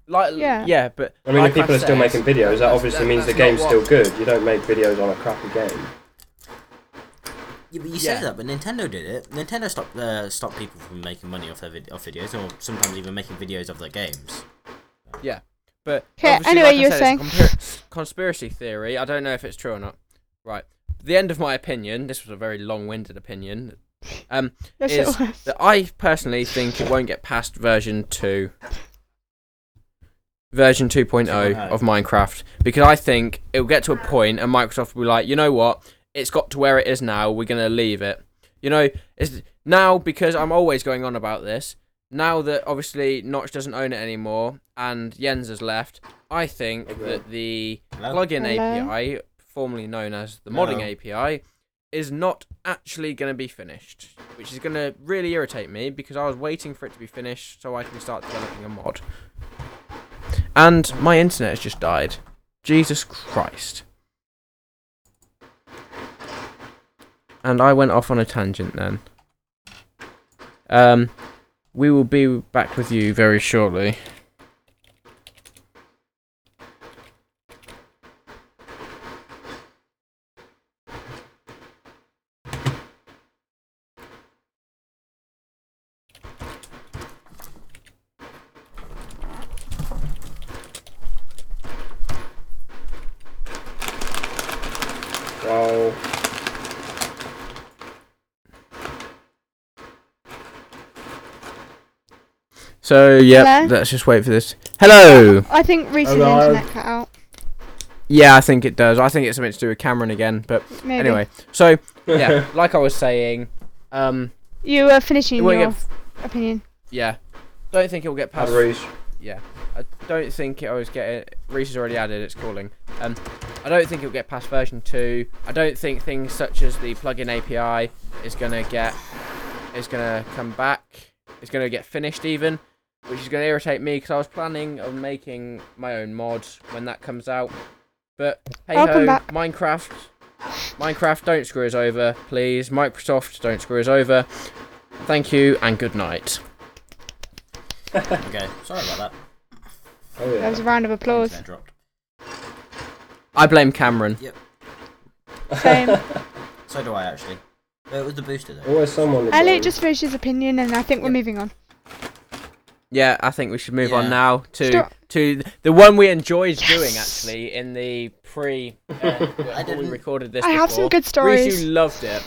S1: Like, yeah,
S4: Yeah.
S1: but
S3: I mean,
S1: like
S3: if people are still
S1: said,
S3: making videos, that
S1: that's-
S3: obviously
S1: that-
S3: means the
S1: that's not
S3: game's
S1: what-
S3: still good. You don't make videos on a crappy game.
S2: Yeah, but you
S1: Yeah.
S2: say that, but Nintendo did it. Nintendo stopped uh, stopped people from making money off their vid- off videos, or sometimes even making videos of their games.
S1: But
S4: 'Kay,
S1: obviously,
S4: anyway,
S1: like I
S4: you were
S1: said,
S4: saying.
S1: it's a compar- conspiracy theory. I don't know if it's true or not. Right. The end of my opinion. This was a very long-winded opinion. Um,
S4: That's
S1: Is
S4: it was.
S1: that I personally think it won't get past version 2 version 2.0 of Minecraft because I think it'll get to a point and Microsoft will be like, "You know what? It's got to where it is now. We're going to leave it." You know, it's now because I'm always going on about this. Now that obviously Notch doesn't own it anymore and Jens has left, I think
S3: Okay.
S1: that the
S2: Hello?
S1: plugin
S4: Hello?
S1: API, formerly known as the
S2: Hello.
S1: modding API, is not actually going to be finished, which is going to really irritate me because I was waiting for it to be finished so I can start developing a mod. And my internet has just died. Jesus Christ. And I went off on a tangent then. Um, we will be back with you very shortly.
S3: Well,
S1: So yeah,
S4: Hello?
S1: let's just wait for this. Hello.
S4: I think Reese's
S3: Hello?
S4: internet cut out.
S1: Yeah, I think it does. I think it's something to do with Cameron again. But
S4: Maybe.
S1: anyway, so yeah, like I was saying, um,
S4: you were finishing
S1: it
S4: your
S1: won't get,
S4: opinion.
S1: yeah, don't think it'll get
S3: Ad
S1: past.
S3: Reese.
S1: Yeah, I don't think it always get. It. Reese has already added it's calling. Um, I don't think it'll get past version two. I don't think things such as the plugin API is gonna get is gonna come back. It's gonna get finished even, which is gonna irritate me because I was planning on making my own mod when that comes out. But hey
S4: Welcome
S1: ho,
S4: back.
S1: Minecraft. Minecraft, don't screw us over, please. Microsoft, don't screw us over. Thank you and good night.
S2: Okay, sorry about that.
S3: Oh
S4: That was
S3: yeah.
S4: a round of applause.
S2: Internet dropped.
S1: I blame Cameron.
S4: Same.
S2: So do I actually. But it was the booster though.
S3: Always someone. to blame.
S4: Elliot just finished his opinion, and I think we're
S1: Yeah.
S4: moving on.
S1: Yeah, I think we should move on
S2: Yeah.
S1: now to
S4: Stop.
S1: to th- the one we enjoyed doing
S4: Yes.
S1: actually in the pre.
S3: Oh
S1: Uh, before we
S2: didn't-
S1: recorded this.
S4: I have
S1: before.
S4: some good
S1: Reese,
S4: stories.
S1: you loved it.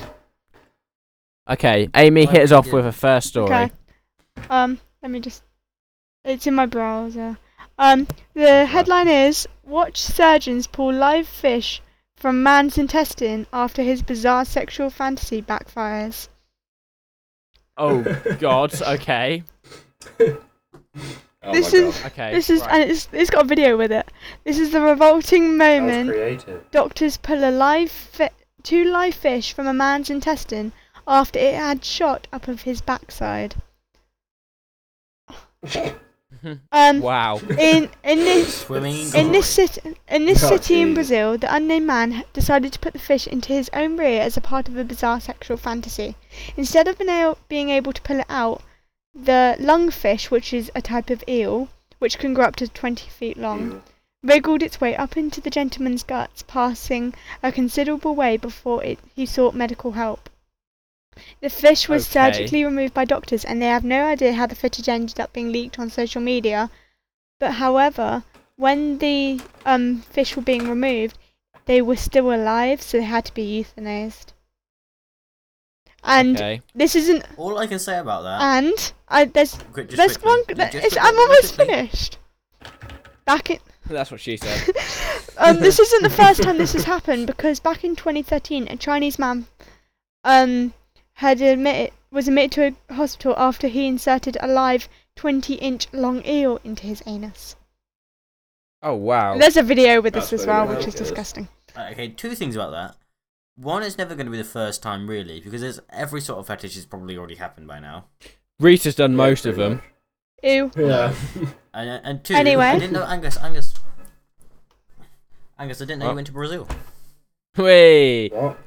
S1: Okay, Amy, hit us
S2: I
S1: off
S2: did.
S1: with a first story.
S4: Okay. Um, let me just. It's in my browser. Um, the headline is Watch surgeons pull live fish from man's intestine after his bizarre sexual fantasy backfires.
S1: Oh God. Okay.
S3: Oh
S4: this
S3: my
S4: is-
S3: God.
S1: Okay.
S4: This is,
S1: right.
S4: and it's, it's got a video with it. This is the revolting
S3: That was
S4: moment
S3: creative.
S4: doctors pull a live fi- two live fish from a man's intestine after it had shot up of his backside. Um,
S1: wow.
S4: in in this
S2: Swimming.
S4: In this city, in this
S3: Oh,
S4: city in
S3: jeez.
S4: Brazil, the unnamed man decided to put the fish into his own rear as a part of a bizarre sexual fantasy. Instead of being able, being able to pull it out, the lungfish, which is a type of eel, which can grow up to 20 feet long, wriggled its way up into the gentleman's guts, passing a considerable way before it, he sought medical help. The fish was
S1: Okay.
S4: surgically removed by doctors, and they have no idea how the footage ended up being leaked on social media. But however, when the um, fish were being removed, they were still alive, so they had to be euthanized. And
S1: okay.
S4: this isn't.
S2: All I can say about that.
S4: And I, there's
S2: quick, Uh, just
S4: Uh, there's
S2: quickly,
S4: one.
S2: ju-
S4: that-
S2: just
S4: it's,
S2: quickly,
S4: I'm
S2: just
S4: almost
S2: quickly.
S4: finished. Back in.
S1: That's what she said.
S4: um, this isn't the first time this has happened because back in 2013, a Chinese man um, had admitted was admitted to a hospital after he inserted a live 20-inch long eel into his anus.
S1: Oh wow.
S4: There's a video with this
S3: That's
S4: as
S3: very
S4: well, which is
S3: ridiculous.
S4: disgusting.
S2: Uh, Okay, two things about that. One, it's never going to be the first time, really, because there's every sort of fetish has probably already happened by now.
S1: Reese's done
S3: Yeah,
S1: most of
S3: pretty
S1: them.
S4: Ew.
S3: Yeah.
S2: And, uh, and two,
S4: Anyway.
S2: I didn't know Angus. Angus. Angus, I didn't know
S1: Oh.
S2: you went to Brazil.
S1: Wait.
S3: what?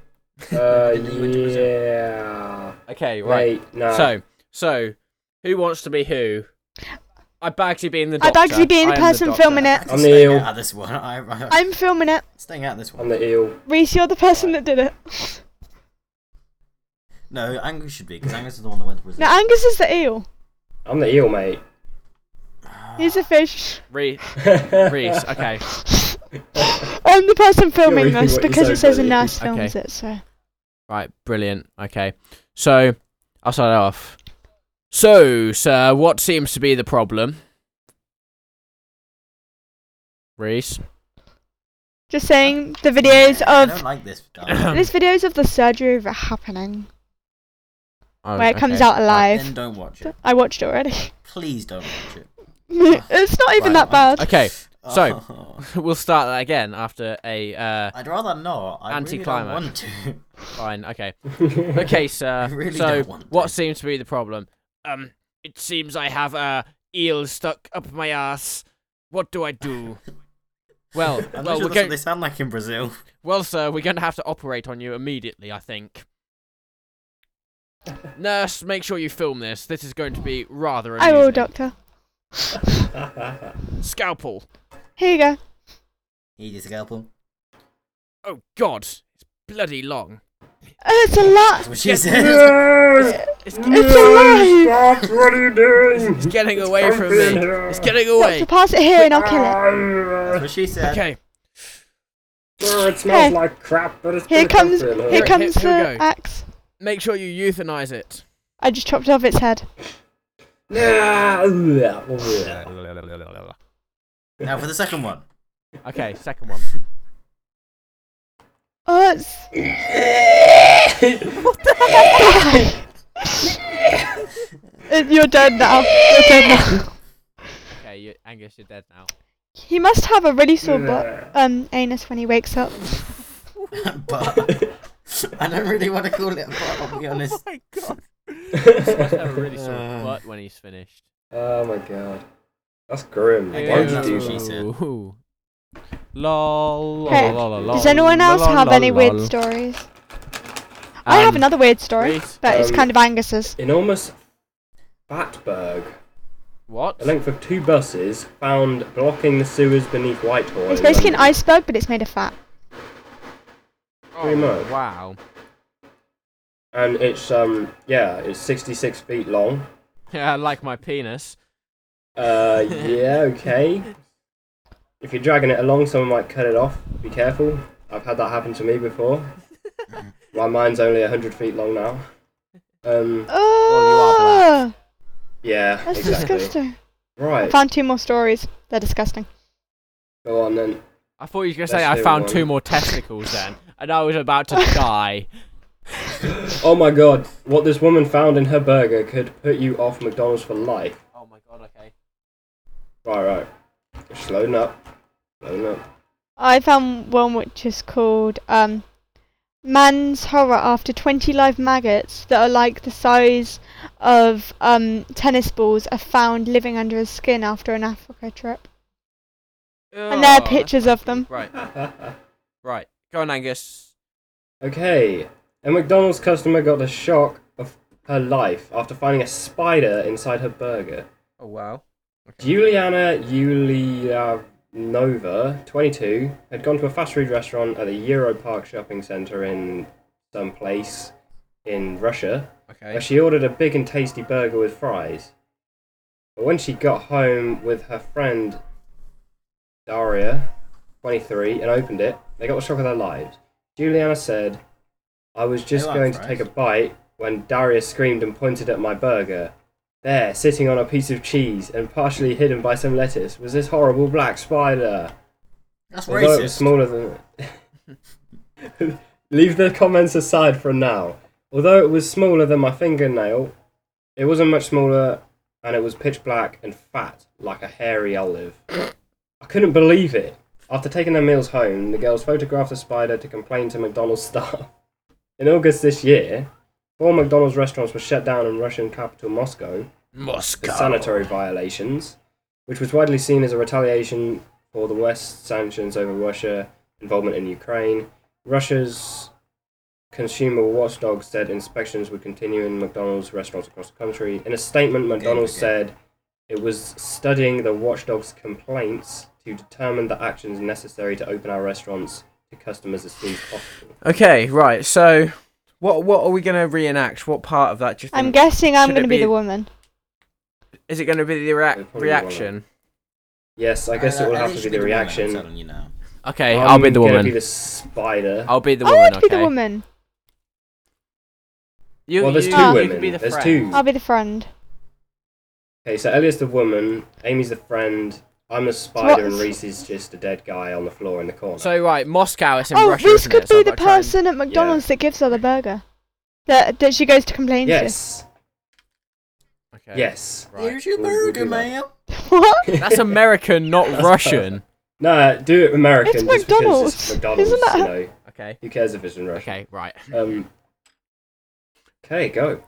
S3: Uh,
S2: Didn't you went to Brazil?
S3: yeah.
S1: Okay. Right.
S3: Wait, uh, no.
S1: So, so, who wants to be who? I Bagsy being the
S4: I
S1: doctor.
S4: Bagsy being the
S1: I am
S4: person filming
S1: doctor.
S4: it.
S2: I'm
S3: the
S2: staying
S3: eel.
S2: out of this one. I, I,
S4: I'm filming it.
S2: staying out of this
S3: I'm
S2: one.
S3: the eel.
S4: Reese, you're the person that did it.
S2: No, Angus should be because Angus is the one that went to Brazil.
S4: Now Angus is the eel.
S3: I'm the eel, mate.
S2: Ah,
S4: He's a fish.
S1: Re-
S3: Reese.
S1: Reese. Okay.
S4: I'm the person filming
S3: reading
S4: this
S3: what you
S4: because
S3: said,
S4: it says a
S3: buddy.
S4: nurse
S1: Okay.
S4: films it. So
S1: Right. Brilliant. Okay. So, I'll start it off. So, sir, what seems to be the problem? Reese.
S4: just saying the videos
S2: I
S4: of
S2: don't like this. guy.
S4: this videos of the surgery of it happening
S1: Oh,
S4: where it comes
S1: okay.
S4: out
S2: Right,
S4: alive.
S2: then don't watch it.
S4: I watched it already.
S2: Please don't watch it.
S4: it's not even
S2: Right,
S4: that bad.
S1: Okay. So-
S2: Oh,
S1: we'll start that again after a uh
S2: I'd rather not. I
S1: Anticlimax.
S2: Really don't want
S1: fine. Okay.
S3: okay.
S1: Okay, sir.
S2: I really
S1: so,
S2: don't want
S1: what
S2: to.
S1: seems to be the problem? Um, it seems I have a eel stuck up my ass. What do I do? well,
S2: to.
S1: well, we're
S2: I'm not sure that's what
S1: going.
S2: they sound like in Brazil.
S1: Well, sir, we're going to have to operate on you immediately. I think. Nurse, make sure you film this. This is going to be rather
S4: I
S1: amusing.
S4: will, doctor.
S1: Scalpel.
S4: Here you go. Uh,
S2: He just scalpel.
S1: Oh God, it's bloody long.
S4: Oh, it's a lot.
S2: That's what she said.
S3: yes!
S1: It's,
S4: It's
S3: Stop!
S4: alive.
S3: What are you doing?
S1: it's getting away from
S3: comfy in
S1: me.
S3: here.
S1: It's getting
S4: Doctor,
S1: away.
S4: pass it here and I'll kill it.
S2: That's
S3: Ah,
S2: what she said.
S1: Okay.
S3: Sure, it smells
S4: Hey.
S3: like crap, but it's
S4: Here
S3: pretty
S4: comes
S3: comfy in
S4: here
S1: Right,
S4: comes
S1: here- here we
S4: the
S1: go.
S4: axe.
S1: Make sure you euthanize it.
S4: I just chopped off its head.
S3: Yeah.
S2: Now for the second one.
S1: Okay, second one.
S4: Oh, it's Uh, you're dead now. You're dead now.
S1: Okay, you, Angus, you're dead now.
S4: He must have a really sore butt, um, anus when he wakes up.
S2: but I don't really want to call it a butt, I'll be
S1: Oh
S2: honest.
S1: my god. have a really sore
S2: Uh.
S1: butt when he's finished.
S3: oh my god. That's grim.
S2: I
S3: Why would you
S2: guess
S3: do
S2: that's what she
S3: that?
S2: said.
S1: Ooh. Lol. lol,
S4: Hey,
S1: lol, lol,
S4: Does anyone else
S1: lol,
S4: have
S1: lol,
S4: any weird
S1: lol.
S4: stories? I have
S1: Um,
S4: another weird story,
S1: Reese,
S4: but it's
S3: um,
S4: kind of Angus's.
S3: Enormous Batberg,
S1: What?
S3: a length of two buses, found blocking the sewers beneath Whitehall.
S4: It's
S3: in
S4: basically an
S3: London.
S4: iceberg, but it's made of fat.
S3: pretty much.
S1: Oh, Wow.
S3: And it's um yeah, it's 66 feet long.
S1: Yeah, like my penis.
S3: Uh yeah, okay. If you're dragging it along, someone might cut it off. Be careful. I've had that happen to me before. My mine's only 100 feet long now.
S1: Well,
S3: Um
S4: Oh,
S3: yeah,
S4: that's
S3: exactly.
S4: disgusting. I
S3: Right.
S4: found two more stories. They're disgusting.
S3: Go on then.
S1: I thought you were gonna
S3: Let's
S1: say I
S3: do
S1: found
S3: one.
S1: two more testicles then, and I was about to die.
S3: Oh my god, what this woman found in her burger could put you off McDonald's for life.
S1: Oh my god. Okay.
S3: Right, right. Just loading up. Loading up.
S4: I found one which is called um, "Man's Horror After 20 Live Maggots That Are Like the Size of um, Tennis Balls Are Found Living Under His Skin After an Africa Trip." And there
S1: Oh,
S4: are
S1: that's
S4: pictures of them.
S1: Right. Right. Go on, Angus.
S3: okay, a McDonald's customer got a shock of her life after finding a spider inside her burger.
S1: Oh wow.
S3: Juliana Yulianova, 22, had gone to a fast food restaurant at the Euro Park shopping centre in some place in Russia, where
S1: Okay.
S3: she ordered a big and tasty burger with fries. But when she got home with her friend Daria, 23, and opened it, they got the shock of their lives. Juliana said, I was just
S2: like
S3: going to
S2: fries.
S3: take a bite when Daria screamed and pointed at my burger. There, sitting on a piece of cheese and partially hidden by some lettuce, was this horrible black spider.
S2: That's
S3: Although it
S2: racist.
S3: was smaller than. Leave the comments aside for now. Although it was smaller than my fingernail, it wasn't much smaller, and it was pitch black and fat, like a hairy olive. I couldn't believe it. After taking their meals home, the girls photographed the spider to complain to McDonald's staff. In August this year, four McDonald's restaurants were shut down in Russian capital Moscow for
S1: Moscow.
S3: sanitary violations, which was widely seen as a retaliation for the West sanctions over Russia involvement in Ukraine. Russia's consumer watchdog said inspections would continue in McDonald's restaurants across the country. In a statement, McDonald's
S2: okay.
S3: said it was studying the watchdog's complaints to determine the actions necessary to open our restaurants to customers as soon as possible.
S1: Okay, right. So, what what are we gonna reenact? What part of that do you think?
S4: I'm guessing I'm
S1: Should it
S4: going to be,
S1: be-
S4: the woman.
S1: Is it gonna be the rea-
S3: It'll probably Um, be one of
S1: reaction?
S3: Yes, I guess it will
S2: I
S3: have
S2: think
S3: to
S2: Uh, should
S3: be the
S2: woman, I'm
S3: reaction.
S2: telling you now.
S1: Okay, i will be
S3: I'm
S1: the
S3: gonna
S1: woman.
S3: Be the spider.
S1: I'll be the
S4: I
S1: woman.
S4: would
S1: okay.
S4: be the woman.
S1: You,
S3: Well, there's
S1: you,
S3: two
S1: you
S3: women.
S1: Could be the
S3: There's
S1: friend. Oh,
S3: two.
S4: I'll be the friend.
S3: Okay, so Elliot's the woman, Amy's the friend, I'm the spider, and
S4: what's-
S3: Reese is just a dead guy on the floor in the corner.
S1: So right, Moscow. It's in
S4: oh,
S1: Russia.
S4: this
S1: isn't
S4: could
S1: it? So
S4: be
S1: I've
S4: the
S1: gotta try and-
S4: person at McDonald's that gives her the burger. That that she goes to complain
S3: yes,
S1: Okay.
S3: yes.
S1: Right.
S2: Here's your
S3: we'll- we'll
S2: burger,
S3: do that.
S2: ma'am.
S4: to. What?
S1: That's American, not Russian.
S3: No, do it American.
S4: It's
S3: just Because it's
S4: McDonald's.
S3: McDonald's.
S4: Isn't that-
S3: You know,
S1: Okay.
S3: who cares if it's in Russian?
S1: Okay. Right.
S3: Um. Okay, go.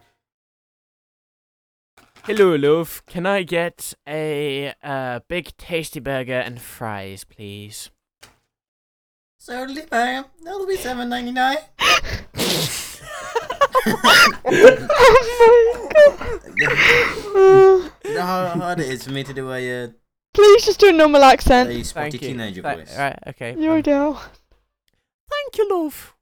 S1: Hello, love. Can I get a uh, big tasty burger and fries, please?
S2: Certainly, ma'am. That'll be seven ninety nine.
S4: oh my god.
S2: You know how hard it is for me to do a, uh,
S4: Please just do a normal accent.
S2: a spotty teenager
S1: Thank-
S2: voice.
S1: Right. Okay.
S4: You do.
S1: Thank you, love.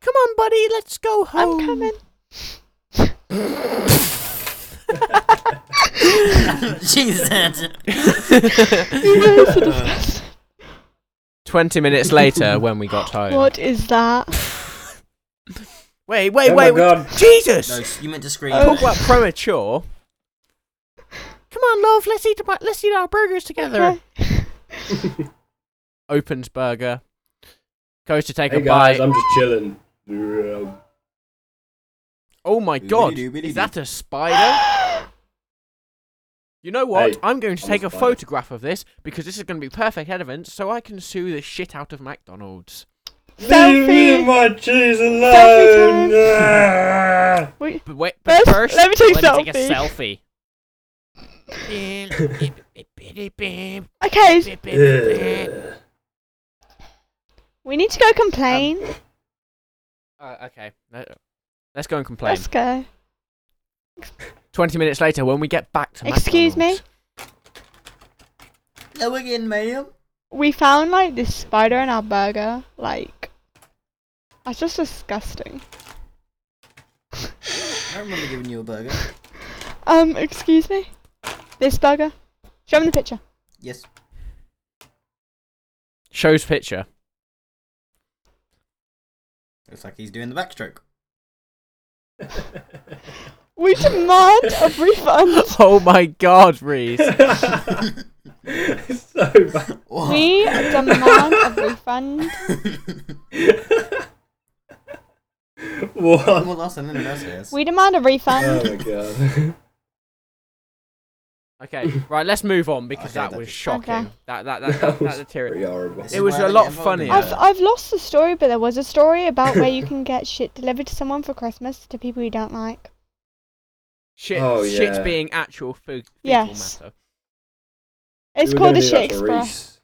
S1: Come on, buddy. Let's go
S4: I'm
S1: home.
S4: coming.
S3: Oh
S2: Jesus.
S4: You guys are disgusting.
S1: Twenty minutes later, when we got home.
S4: What is that?
S1: Wait, wait,
S3: oh
S1: wait.
S3: my God.
S1: Jesus!
S2: No, you meant to scream.
S4: Oh.
S1: Talk about premature. Come on, love. Let's eat. About, let's eat our burgers together.
S4: Okay.
S1: Opens burger. Goes to take
S3: Hey
S1: a bite.
S3: guys, I'm just chilling. Um,
S1: Oh my god!
S2: Doobity-doobity-doo.
S1: Is that a spider? You know what?
S3: Hey,
S1: I'm going to
S3: I'm a
S1: take a
S3: spider.
S1: photograph of this because this is going to be perfect evidence, so I can sue the shit out of McDonald's.
S3: Leave me
S4: Selfie.
S3: in my cheese
S4: Selfie
S3: alone. Ah.
S4: Wait,
S1: But wait, but
S4: First,
S1: first,
S4: let me take a
S1: selfie. Beep,
S4: okay,
S1: beep, beep, beep.
S3: Ugh.
S4: we need to go Um, complain.
S1: Uh, okay, let- let's go and complain.
S4: Let's go.
S1: Twenty minutes later, when we get back to
S4: Excuse me?
S1: McDonald's.
S2: Hello again, ma'am.
S4: We found like this spider in our burger. Like, that's just disgusting.
S2: I remember giving you a burger.
S4: Um, excuse me? This burger? Show me the picture.
S2: Yes.
S1: Shows picture.
S2: Looks like he's doing the backstroke.
S4: We demand a refund.
S1: Oh my god, Reese!
S3: It's so bad.
S2: Oh.
S4: We demand a refund.
S3: What?
S2: Oh, well, that's an interesting.
S4: We demand a
S3: Oh
S4: refund.
S3: my god.
S1: Okay, right, let's move on because
S2: Okay,
S1: that
S2: that
S1: was
S2: did-
S1: shocking.
S4: Okay.
S1: That that that
S3: That
S1: that,
S3: was
S1: that deteriorate-
S3: Pretty horrible.
S2: This
S1: It
S2: is
S1: was
S2: why
S1: a
S2: I
S1: lot
S2: get involved in
S1: funnier.
S4: I've
S2: that.
S4: I've lost the story, but there was a story about where you can get shit delivered to someone for Christmas to people you don't like.
S1: Shit,
S3: Oh,
S1: shit's
S3: yeah.
S1: being actual food.
S4: Yes.
S1: Matter.
S4: It's
S3: We were
S4: called
S3: gonna
S4: the
S3: do that
S4: Shit
S3: for
S4: Express.
S3: Reese.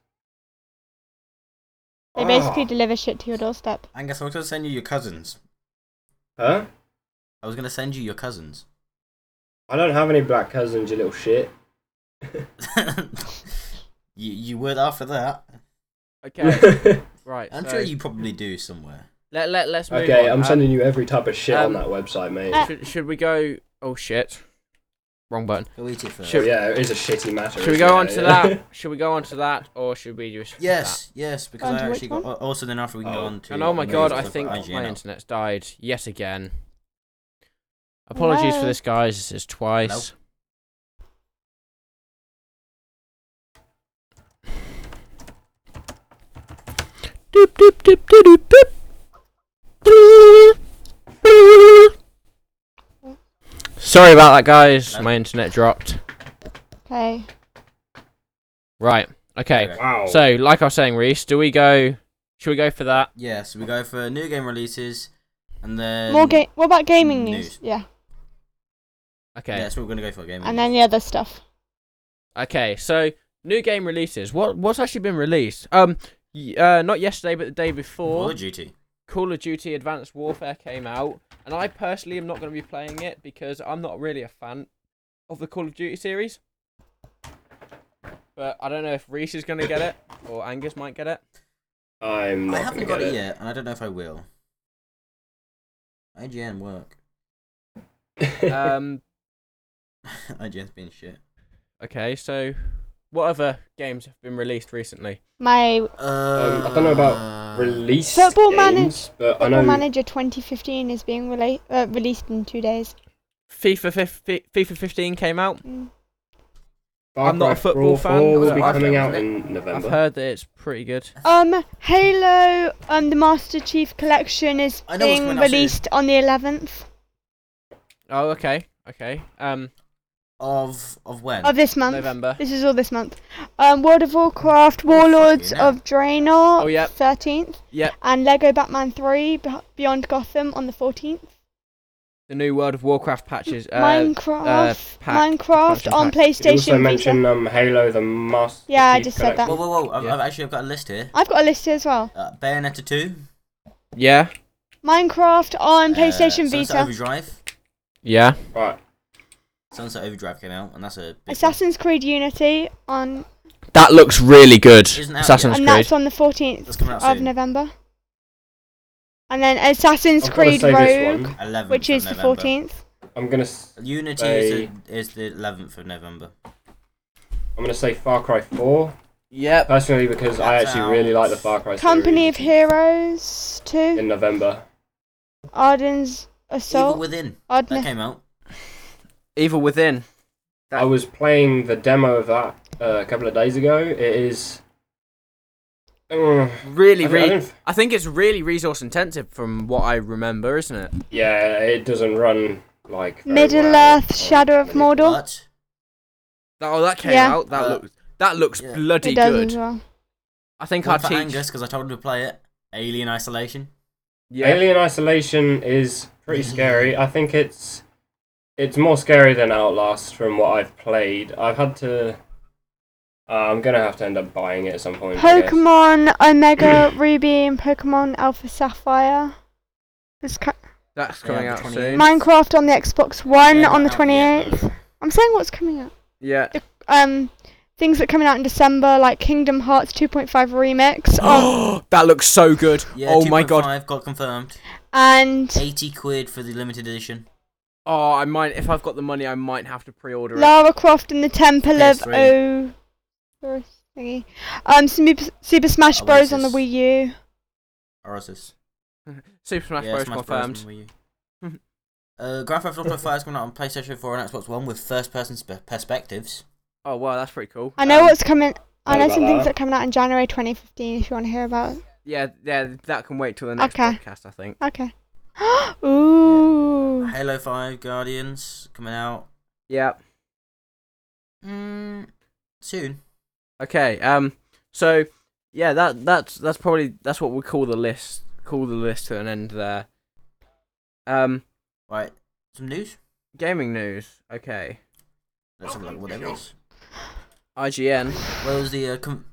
S4: They basically
S3: Ah.
S4: deliver shit to your doorstep.
S2: Angus, I'll just send you your cousins.
S3: Huh?
S2: I was gonna send you your cousins.
S3: I don't have any black cousins, you little shit.
S2: you you would after that.
S1: Okay, right.
S2: I'm
S1: so
S2: sure you probably do somewhere.
S1: Let let let's move
S3: okay,
S1: on.
S3: I'm
S1: Um,
S3: sending you every type of shit
S1: um,
S3: on that website, mate.
S4: Uh,
S1: Should, should we go? Oh shit! Wrong button.
S2: Go eat it first.
S1: Sure.
S3: yeah, it is a shitty matter.
S1: Should we
S3: isn't
S1: go
S3: it?
S1: on to
S3: Yeah.
S1: that? Should we go on to that, or should we just
S2: Yes, yes, because
S4: Onto
S2: I
S4: which
S2: actually got. al- Also, then after we can go
S3: Oh.
S2: on to.
S1: that? And oh my
S2: the
S1: god,
S2: news
S1: I
S2: of
S1: think my
S2: IGN.
S1: internet's died yet again. Apologies for
S4: Hello?
S1: this, guys. This is twice. Doop, doop, doop, doop, doop, doop. Sorry about that, guys. My internet dropped.
S4: Okay.
S1: Right. Okay.
S2: Okay.
S3: Wow.
S1: So, like I was saying, Reese, do we go? Should we go for that?
S2: Yeah, so we go for new game releases, and then
S4: More game. What about gaming news?
S2: news.
S4: Yeah.
S1: Okay.
S2: Yeah, that's what we're gonna go for. Game.
S4: And then the other stuff.
S1: Okay. So, new game releases. What what's actually been released? Um, y- uh, not yesterday, but the day
S2: Call
S1: before,
S2: of Duty.
S1: Call of Duty Advanced Warfare came out, and I personally am not going to be playing it because I'm not really a fan of the Call of Duty series. But I don't know if Reese is going to get it or Angus might get it.
S3: I'm
S2: I
S3: not
S2: haven't
S3: gonna
S2: got
S3: get
S2: it yet, and I don't know if I will. IGN work.
S1: Um.
S2: IGN's been shit.
S1: Okay. So, what other games have been released recently?
S4: My
S2: Uh,
S3: I don't know
S2: about
S3: Release
S4: Football
S3: games,
S4: Manage-
S3: but I
S4: Football
S3: know
S4: Manager 2015 is being rela- uh, released in two days.
S1: FIFA 15, FIFA 15 came out.
S4: Mm.
S3: Far
S1: I'm not
S3: Cry
S1: a football
S3: 4
S1: fan,
S3: will
S1: but
S3: be
S1: I've
S3: coming
S1: heard
S3: out
S1: of it.
S3: in
S1: I've
S3: November.
S1: heard that it's pretty good.
S4: Um, Halo, um, the Master Chief Collection is
S2: I know what's
S4: being
S2: coming out soon.
S4: released on the 11th
S1: Oh, okay, okay. Um,
S2: of of when?
S4: of this month.
S1: November.
S4: This is all this month. Um, World of Warcraft, Warlords
S2: fucking hell.
S4: of Draenor,
S1: Oh, yep.
S4: 13th,
S1: Yep,
S4: and Lego Batman 3 Be- Beyond Gotham on the 14th.
S1: the new World of Warcraft patches. Uh,
S4: Minecraft,
S1: pack, expansion
S4: Minecraft on
S1: pack.
S3: You also
S4: PlayStation. Vita.
S3: mentioned um, Halo the Master
S4: Yeah, I
S3: Chief
S4: just said that.
S2: Whoa, whoa, whoa! I've,
S1: Yeah.
S2: I've actually I've got a list here.
S4: I've got a list here as well.
S2: Uh, Bayonetta two.
S1: Yeah,
S4: Minecraft on
S2: uh,
S4: PlayStation
S2: Sunset
S4: Vita.
S2: Overdrive.
S1: yeah.
S3: Collection. Right.
S2: Sunset Overdrive came out, and that's a. big one.
S4: Assassin's Creed Unity on,
S1: That looks really good.
S2: Isn't out
S1: Assassin's
S4: and
S1: Creed.
S4: that's on the 14th
S2: That's coming out
S4: of
S2: soon.
S4: November. And then Assassin's
S3: I've gotta
S4: Creed
S3: say this
S4: Rogue,
S3: one.
S2: 11th
S4: which is
S2: of
S4: the
S2: November.
S4: 14th.
S3: I'm gonna s-
S2: Unity
S3: They-
S2: is, the, is the 11th of November.
S3: I'm gonna say Far Cry 4
S1: Yep.
S3: personally because I
S2: That's
S3: actually
S2: out.
S3: really like the Far Cry
S4: Company of
S3: series
S4: Heroes 2,
S3: in November.
S4: Arden's
S2: Evil
S4: Assault,
S2: Within that
S4: Arden.
S2: came out.
S1: Evil Within.
S3: I was playing the demo of that uh, a couple of days ago. It is. Mm,
S1: Really,
S3: I don't- I
S1: really.
S3: don't-
S1: I think it's really resource intensive, from what I remember, isn't it?
S3: yeah, it doesn't run like. very
S4: Middle
S3: well.
S4: Earth Shadow of
S3: Really-
S4: Mordor.
S2: But
S1: That, oh, that came
S4: Yeah.
S1: out. That
S2: Uh,
S1: looks. That looks
S2: yeah.
S1: bloody
S4: It does as
S1: good.
S4: well.
S1: I think
S2: one
S1: our
S2: for
S1: teach.
S2: Angus because I told him to play it. Alien Isolation.
S1: Yeah.
S3: Alien Isolation is pretty scary. I think it's it's more scary than Outlast from what I've played. I've had to. Uh, I'm gonna have to end up buying it at some point. I guess.
S4: Pokemon Omega Ruby and Pokemon Alpha Sapphire. It's cu-
S1: That's
S2: Yeah,
S1: coming
S2: the
S1: out
S2: 28th.
S1: soon.
S4: Minecraft on the Xbox One
S2: Yeah,
S4: on the
S2: not out yet.
S4: 28th. I'm saying what's coming out.
S1: Yeah.
S4: Um, things that are coming out in December like Kingdom Hearts 2.5 Remix on,
S1: Oh, that looks so good.
S2: Yeah,
S1: oh my god.
S2: 2.5 got confirmed.
S4: and
S2: 80 quid for the limited edition.
S1: Oh, I might. If I've got the money, I might have to pre-order it.
S4: Lara Croft and the Temple of
S2: PS3.
S4: O. thingy. Um, Super, Super Smash Bros on the
S2: Oasis.
S4: Wii U.
S2: Or is this?
S1: Super Smash
S2: yeah,
S1: Bros.
S2: Smash
S1: confirmed.
S2: Bros. on Wii U. uh, Grand Theft Auto 5 is coming out on PlayStation 4 and Xbox One with first-person spe- perspectives.
S1: Oh wow, that's pretty cool.
S4: I know
S1: Um,
S4: what's coming. I
S3: Sorry
S4: know
S3: about
S4: some things
S3: that.
S4: that are coming out in January 2015. If you want to hear about it.
S1: Yeah, yeah, that can wait till the next
S4: Okay.
S1: podcast, I think.
S4: Okay. Ooh.
S2: Halo 5 Guardians coming out
S1: Yeah.
S2: mm, soon.
S1: Okay. Um. So, yeah, that that's that's probably that's what we call the list. Call the list to an end there. Um,
S2: Right, some news?
S1: gaming news. Okay.
S2: Let's have a look what there is.
S1: IGN.
S2: Well, it was the uh, com-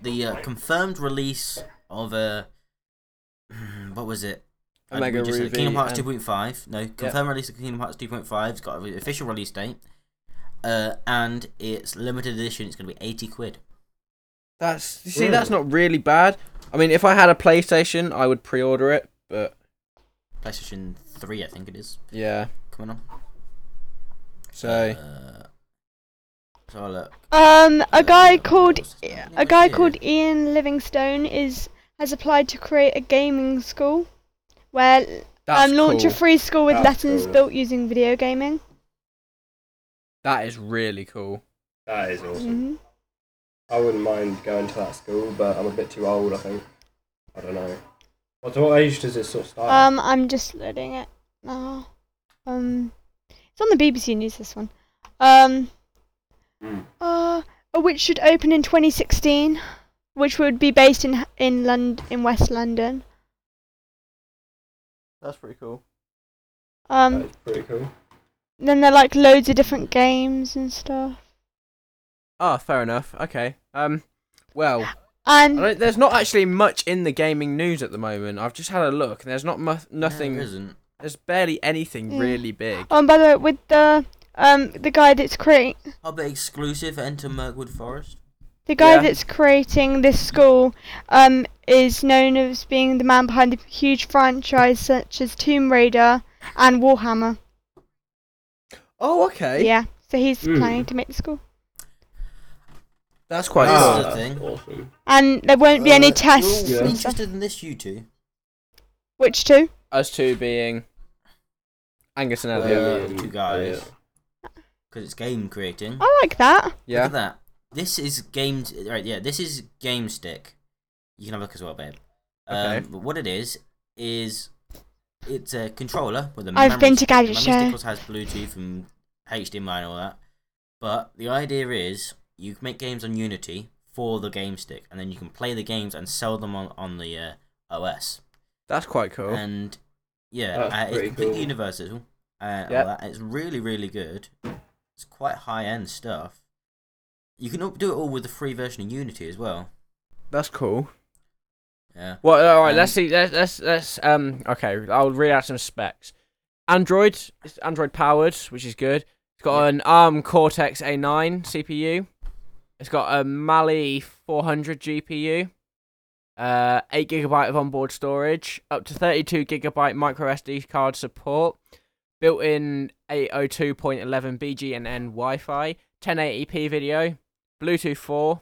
S2: the uh, confirmed release of uh, what was it? And
S1: Omega
S2: we just said
S1: Ruby
S2: Kingdom Hearts
S1: and-
S2: 2.5. No, confirmed release of Kingdom Hearts 2.5. It's got an official release date. Uh, and it's limited edition. It's going to be 80 quid.
S1: That's you see, that's not really bad. I mean, if I had a PlayStation, I would pre-order it, but
S2: PlayStation 3, I think it is.
S1: yeah.
S2: Coming on.
S1: So
S2: Uh, so I'll look.
S4: Um, a guy
S2: Uh,
S4: called
S2: what's his name?
S4: a guy
S2: Yeah.
S4: called Ian Livingstone is has applied to create a gaming school where
S1: that's
S4: um launch
S1: cool.
S4: a free school with
S3: That's
S4: lessons
S3: cool.
S4: built using video gaming.
S1: that is really cool.
S3: That is awesome.
S4: hmm
S3: I wouldn't mind going to that school, but I'm a bit too old, I think. I don't know. What, what age does this sort of start?
S4: Um, I'm just loading it now. Um, it's on the BBC News. This one. Um,
S3: Hmm.
S4: uh, which should open in 2016, which would be based in in London, in West London.
S1: That's pretty cool.
S4: Um,
S3: That's Hmm. pretty cool.
S4: then there are like loads of different games and stuff.
S1: Ah, fair enough. Okay. Um, well, I
S4: And
S1: don't, there's not actually much in the gaming news at the moment. I've just had a look, and there's not mu-
S2: No,
S1: nothing.
S2: there isn't.
S1: there's barely anything
S4: Yeah.
S1: really big.
S4: oh, and by the way, with the um the guy that's creating
S2: Hobbit exclusive. Enter Mirkwood Forest.
S4: the guy
S1: Yeah.
S4: that's creating this school um is known as being the man behind the huge franchise such as Tomb Raider and Warhammer.
S1: Oh, okay.
S4: Yeah, so he's
S3: Hmm.
S4: planning to make the school.
S1: That's quite
S2: This
S1: cool.
S2: is the
S3: Ah, that's
S2: thing.
S3: awesome.
S4: And there won't be any
S2: Uh,
S4: tests.
S2: You're
S3: Yeah.
S4: and stuff.
S2: interested in this, you two?
S4: Which two?
S1: Us two being Angus and Elliot.
S2: Uh,
S3: Elliot.
S2: two guys.
S3: Elliot.
S2: Because it's game creating.
S4: I like that.
S2: Look
S1: yeah.
S2: at that. This is game. Right, yeah. This is game stick. You can have a look as well, babe.
S1: Okay.
S2: Um, but what it is is it's a controller with a.
S4: I've
S2: memory
S4: been to
S2: stick.
S4: Gadget
S2: Memory
S4: Show.
S2: stick also has Bluetooth and HDMI and all that. But the idea is you can make games on Unity for the game stick, and then you can play the games and sell them on on the uh, OS.
S1: That's quite cool.
S2: And yeah,
S3: That's
S2: uh, it's
S3: pretty
S2: completely
S3: cool.
S2: universal. Uh, and all
S1: Yep.
S2: that. It's really, really good. It's quite high end stuff. You can do it all with the free version of Unity as well.
S1: That's cool.
S2: Yeah.
S1: Well, all right.
S2: Um,
S1: let's see. Let's, let's let's um. Okay, I'll read out some specs. Android, it's Android powered, which is good. It's got
S2: Yeah.
S1: an ARM Cortex A9 CPU. It's got a Mali 400 GPU. Uh, eight gigabyte of onboard storage, up to 32 gigabyte micro SD card support, built-in 802.11 BGNN Wi-Fi, 1080p video, Bluetooth 4,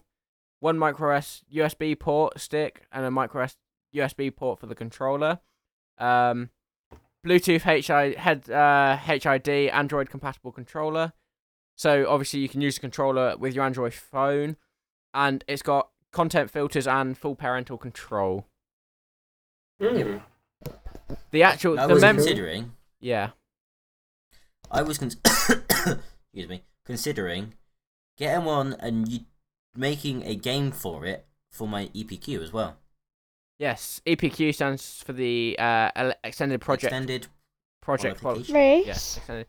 S1: one micro S- USB port stick, and a micro S- USB port for the controller. Um, Bluetooth HI head uh, HID Android compatible controller. So obviously you can use the controller with your Android phone, and it's got content filters and full parental control.
S3: Mm.
S1: The actual
S2: I
S1: the
S2: was
S1: mem-
S2: considering.
S1: yeah
S2: I was cons- excuse me considering getting one and you making a game for it for my EPQ as well.
S1: yes EPQ stands for the uh, ele- extended project
S2: Extended.
S1: project qualification.
S2: qualification.
S1: Yeah,
S4: Race. extended-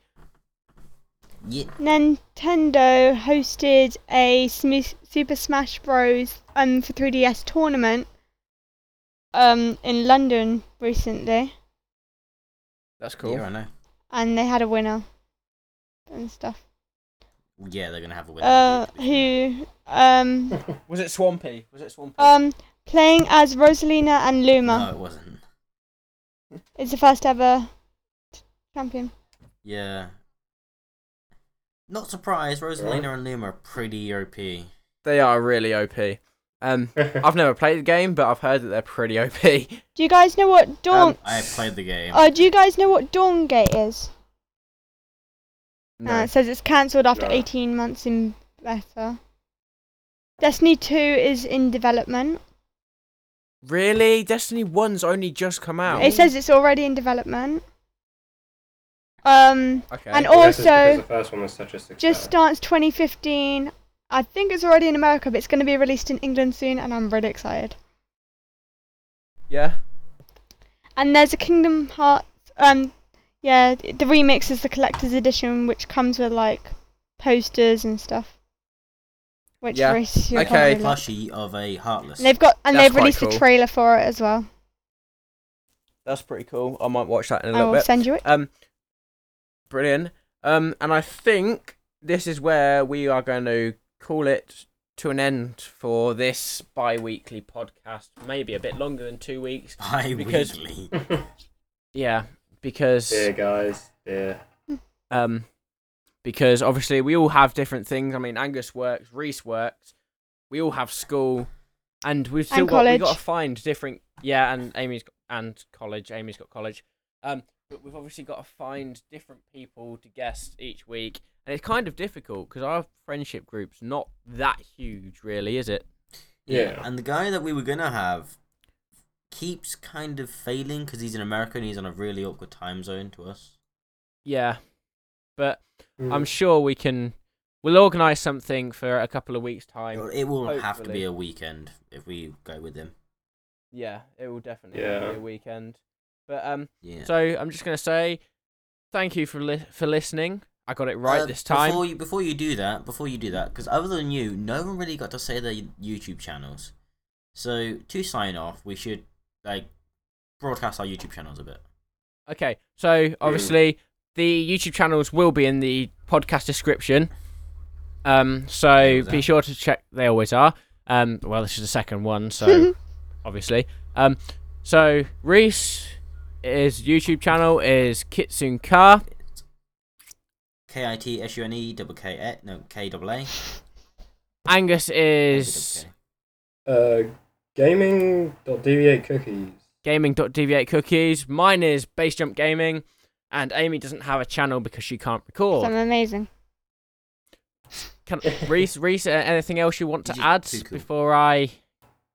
S2: Yeah.
S4: Nintendo hosted a Smu- Super Smash Bros. um for 3DS tournament um in London recently,
S1: that's cool.
S2: Yeah, I know.
S4: and they had a winner and stuff.
S2: Yeah, they're gonna have a winner.
S4: Uh, who um
S1: Was it Swampy? Was it Swampy?
S4: um playing as Rosalina and Luma
S2: No, it wasn't.
S4: is the first ever t- champion.
S2: Yeah. Not surprised, Rosalina and Luma are pretty OP.
S1: they are really OP. Um, I've never played the game, but I've heard that they're pretty Um, OP.
S4: Do you guys know what Dawn?
S2: I have played the game.
S4: uh, do you guys know what Dawn Gate is?
S1: No.
S4: Uh, it says it's cancelled after
S3: No.
S4: 18 months in beta. Destiny 2 is in development.
S1: Really? Destiny 1's only just come out.
S4: It says it's already in development. Um,
S1: okay.
S4: and
S3: I guess it's because
S4: also
S3: the first one was such a success.
S4: Just Dance 2015. I think it's already in America, but it's going to be released in England soon, and I'm really excited.
S1: yeah.
S4: And there's a Kingdom Hearts. Um, yeah, the remix is the collector's edition, which comes with like posters and stuff. Which
S1: Yeah.
S4: Reese, you
S1: Okay.
S4: can't really like.
S2: Plushie of a heartless.
S4: And they've got and
S1: That's
S4: they've
S1: quite
S4: released
S1: cool.
S4: a trailer for it as well.
S1: That's pretty cool. I might watch that in a
S4: I
S1: little
S4: will
S1: bit.
S4: send you it.
S1: Um, brilliant. Um, and I think this is where we are going to call it to an end for this bi-weekly podcast. Maybe a bit longer than two weeks.
S2: Bi
S1: Because-
S2: weekly.
S1: Yeah, because
S3: Dear guys, dear.
S1: um, because obviously we all have different things. I mean, Angus works, Reese works. We all have school, and we've still
S4: And
S1: got we
S4: college.
S1: got to find different. Yeah, and Amy's got, and college. Amy's got college. Um, but we've obviously got to find different people to guest each week, and it's kind of difficult because our friendship group's not that huge, really, is it?
S3: Yeah.
S2: And the guy that we were gonna have keeps kind of failing because he's in America and he's on a really awkward time zone to us.
S1: Yeah, but I'm
S3: Mm.
S1: sure we can. We'll organise something for a couple of weeks' time.
S2: It will have to
S1: Hopefully.
S2: be a weekend if we go with him.
S1: Yeah, it will definitely
S3: Yeah.
S1: be a weekend. But um,
S2: Yeah.
S1: so I'm just gonna say thank you for li- for listening. I got it right
S2: Uh,
S1: this time.
S2: Before you, before you do that, before you do that, because other than you, no one really got to say their YouTube channels. So to sign off, we should like broadcast our YouTube channels a bit.
S1: Okay, so obviously the YouTube channels will be in the podcast description. Um, so
S2: always
S1: be
S2: are.
S1: sure to check. They always are. Um, well, this is the second one, so obviously. Um, so Reese, his YouTube channel is Kitsune Car.
S2: K I T S U N E double K E no K double A.
S1: Angus is
S3: Uh, gaming.deviate cookies.
S1: gaming.deviate cookies. Mine is Base Jump Gaming, and Amy doesn't have a channel because she can't
S4: I'm
S1: record.
S4: amazing.
S1: Can Reese, Reese, uh, anything else you want to
S2: You're
S1: add
S2: too cool.
S1: before I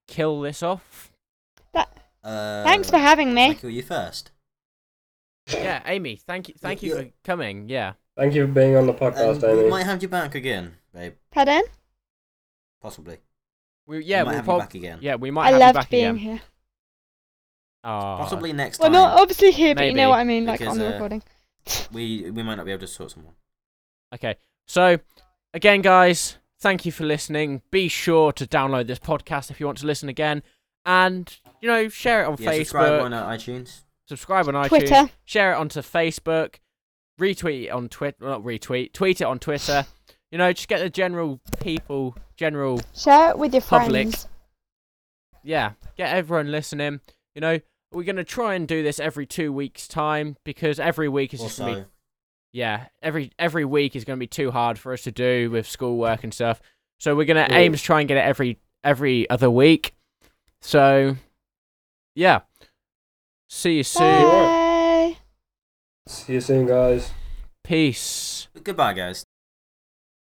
S1: kill this off?
S2: Uh,
S4: Thanks for having me.
S2: Michael, you first.
S1: Yeah, Amy, thank you, thank you
S2: Yeah.
S1: for coming. Yeah,
S3: Thank you for being on the
S2: Um,
S3: podcast,
S2: we
S3: Amy.
S2: might have you back again, babe.
S4: Pardon?
S2: Possibly.
S1: we yeah
S2: we might
S1: we'll
S2: have
S1: prob-
S2: you back again.
S1: yeah we might
S4: I
S1: have you
S4: loved
S1: back
S4: being
S1: again. Ah,
S4: here.
S1: Aw.
S2: Possibly next
S4: Well, oh.
S2: time.
S4: not obviously here, but you
S1: Maybe,
S4: know what I mean, like
S2: because,
S4: on the
S2: uh,
S4: recording.
S2: We we might not be able to sort someone.
S1: Okay. So, again, guys, thank you for listening. Be sure to download this podcast if you want to listen again, and you know, share it on
S2: Yeah,
S1: Facebook,
S2: subscribe on uh, iTunes.
S1: subscribe on iTunes,
S4: Twitter.
S1: share it onto Facebook, retweet it on Twitter, not retweet, tweet it on Twitter. You know, just get the general people, general,
S4: Share it with your
S1: Public.
S4: friends.
S1: yeah, get everyone listening. You know, we're gonna try and do this every two weeks' time because every week is just gonna be
S2: Also,
S1: yeah, every every week is going to be too hard for us to do with schoolwork and stuff. So we're going to
S3: Yeah.
S1: aim to try and get it every every other week. So yeah. See you soon.
S4: Bye.
S3: See you soon, guys.
S1: Peace.
S2: goodbye, guys.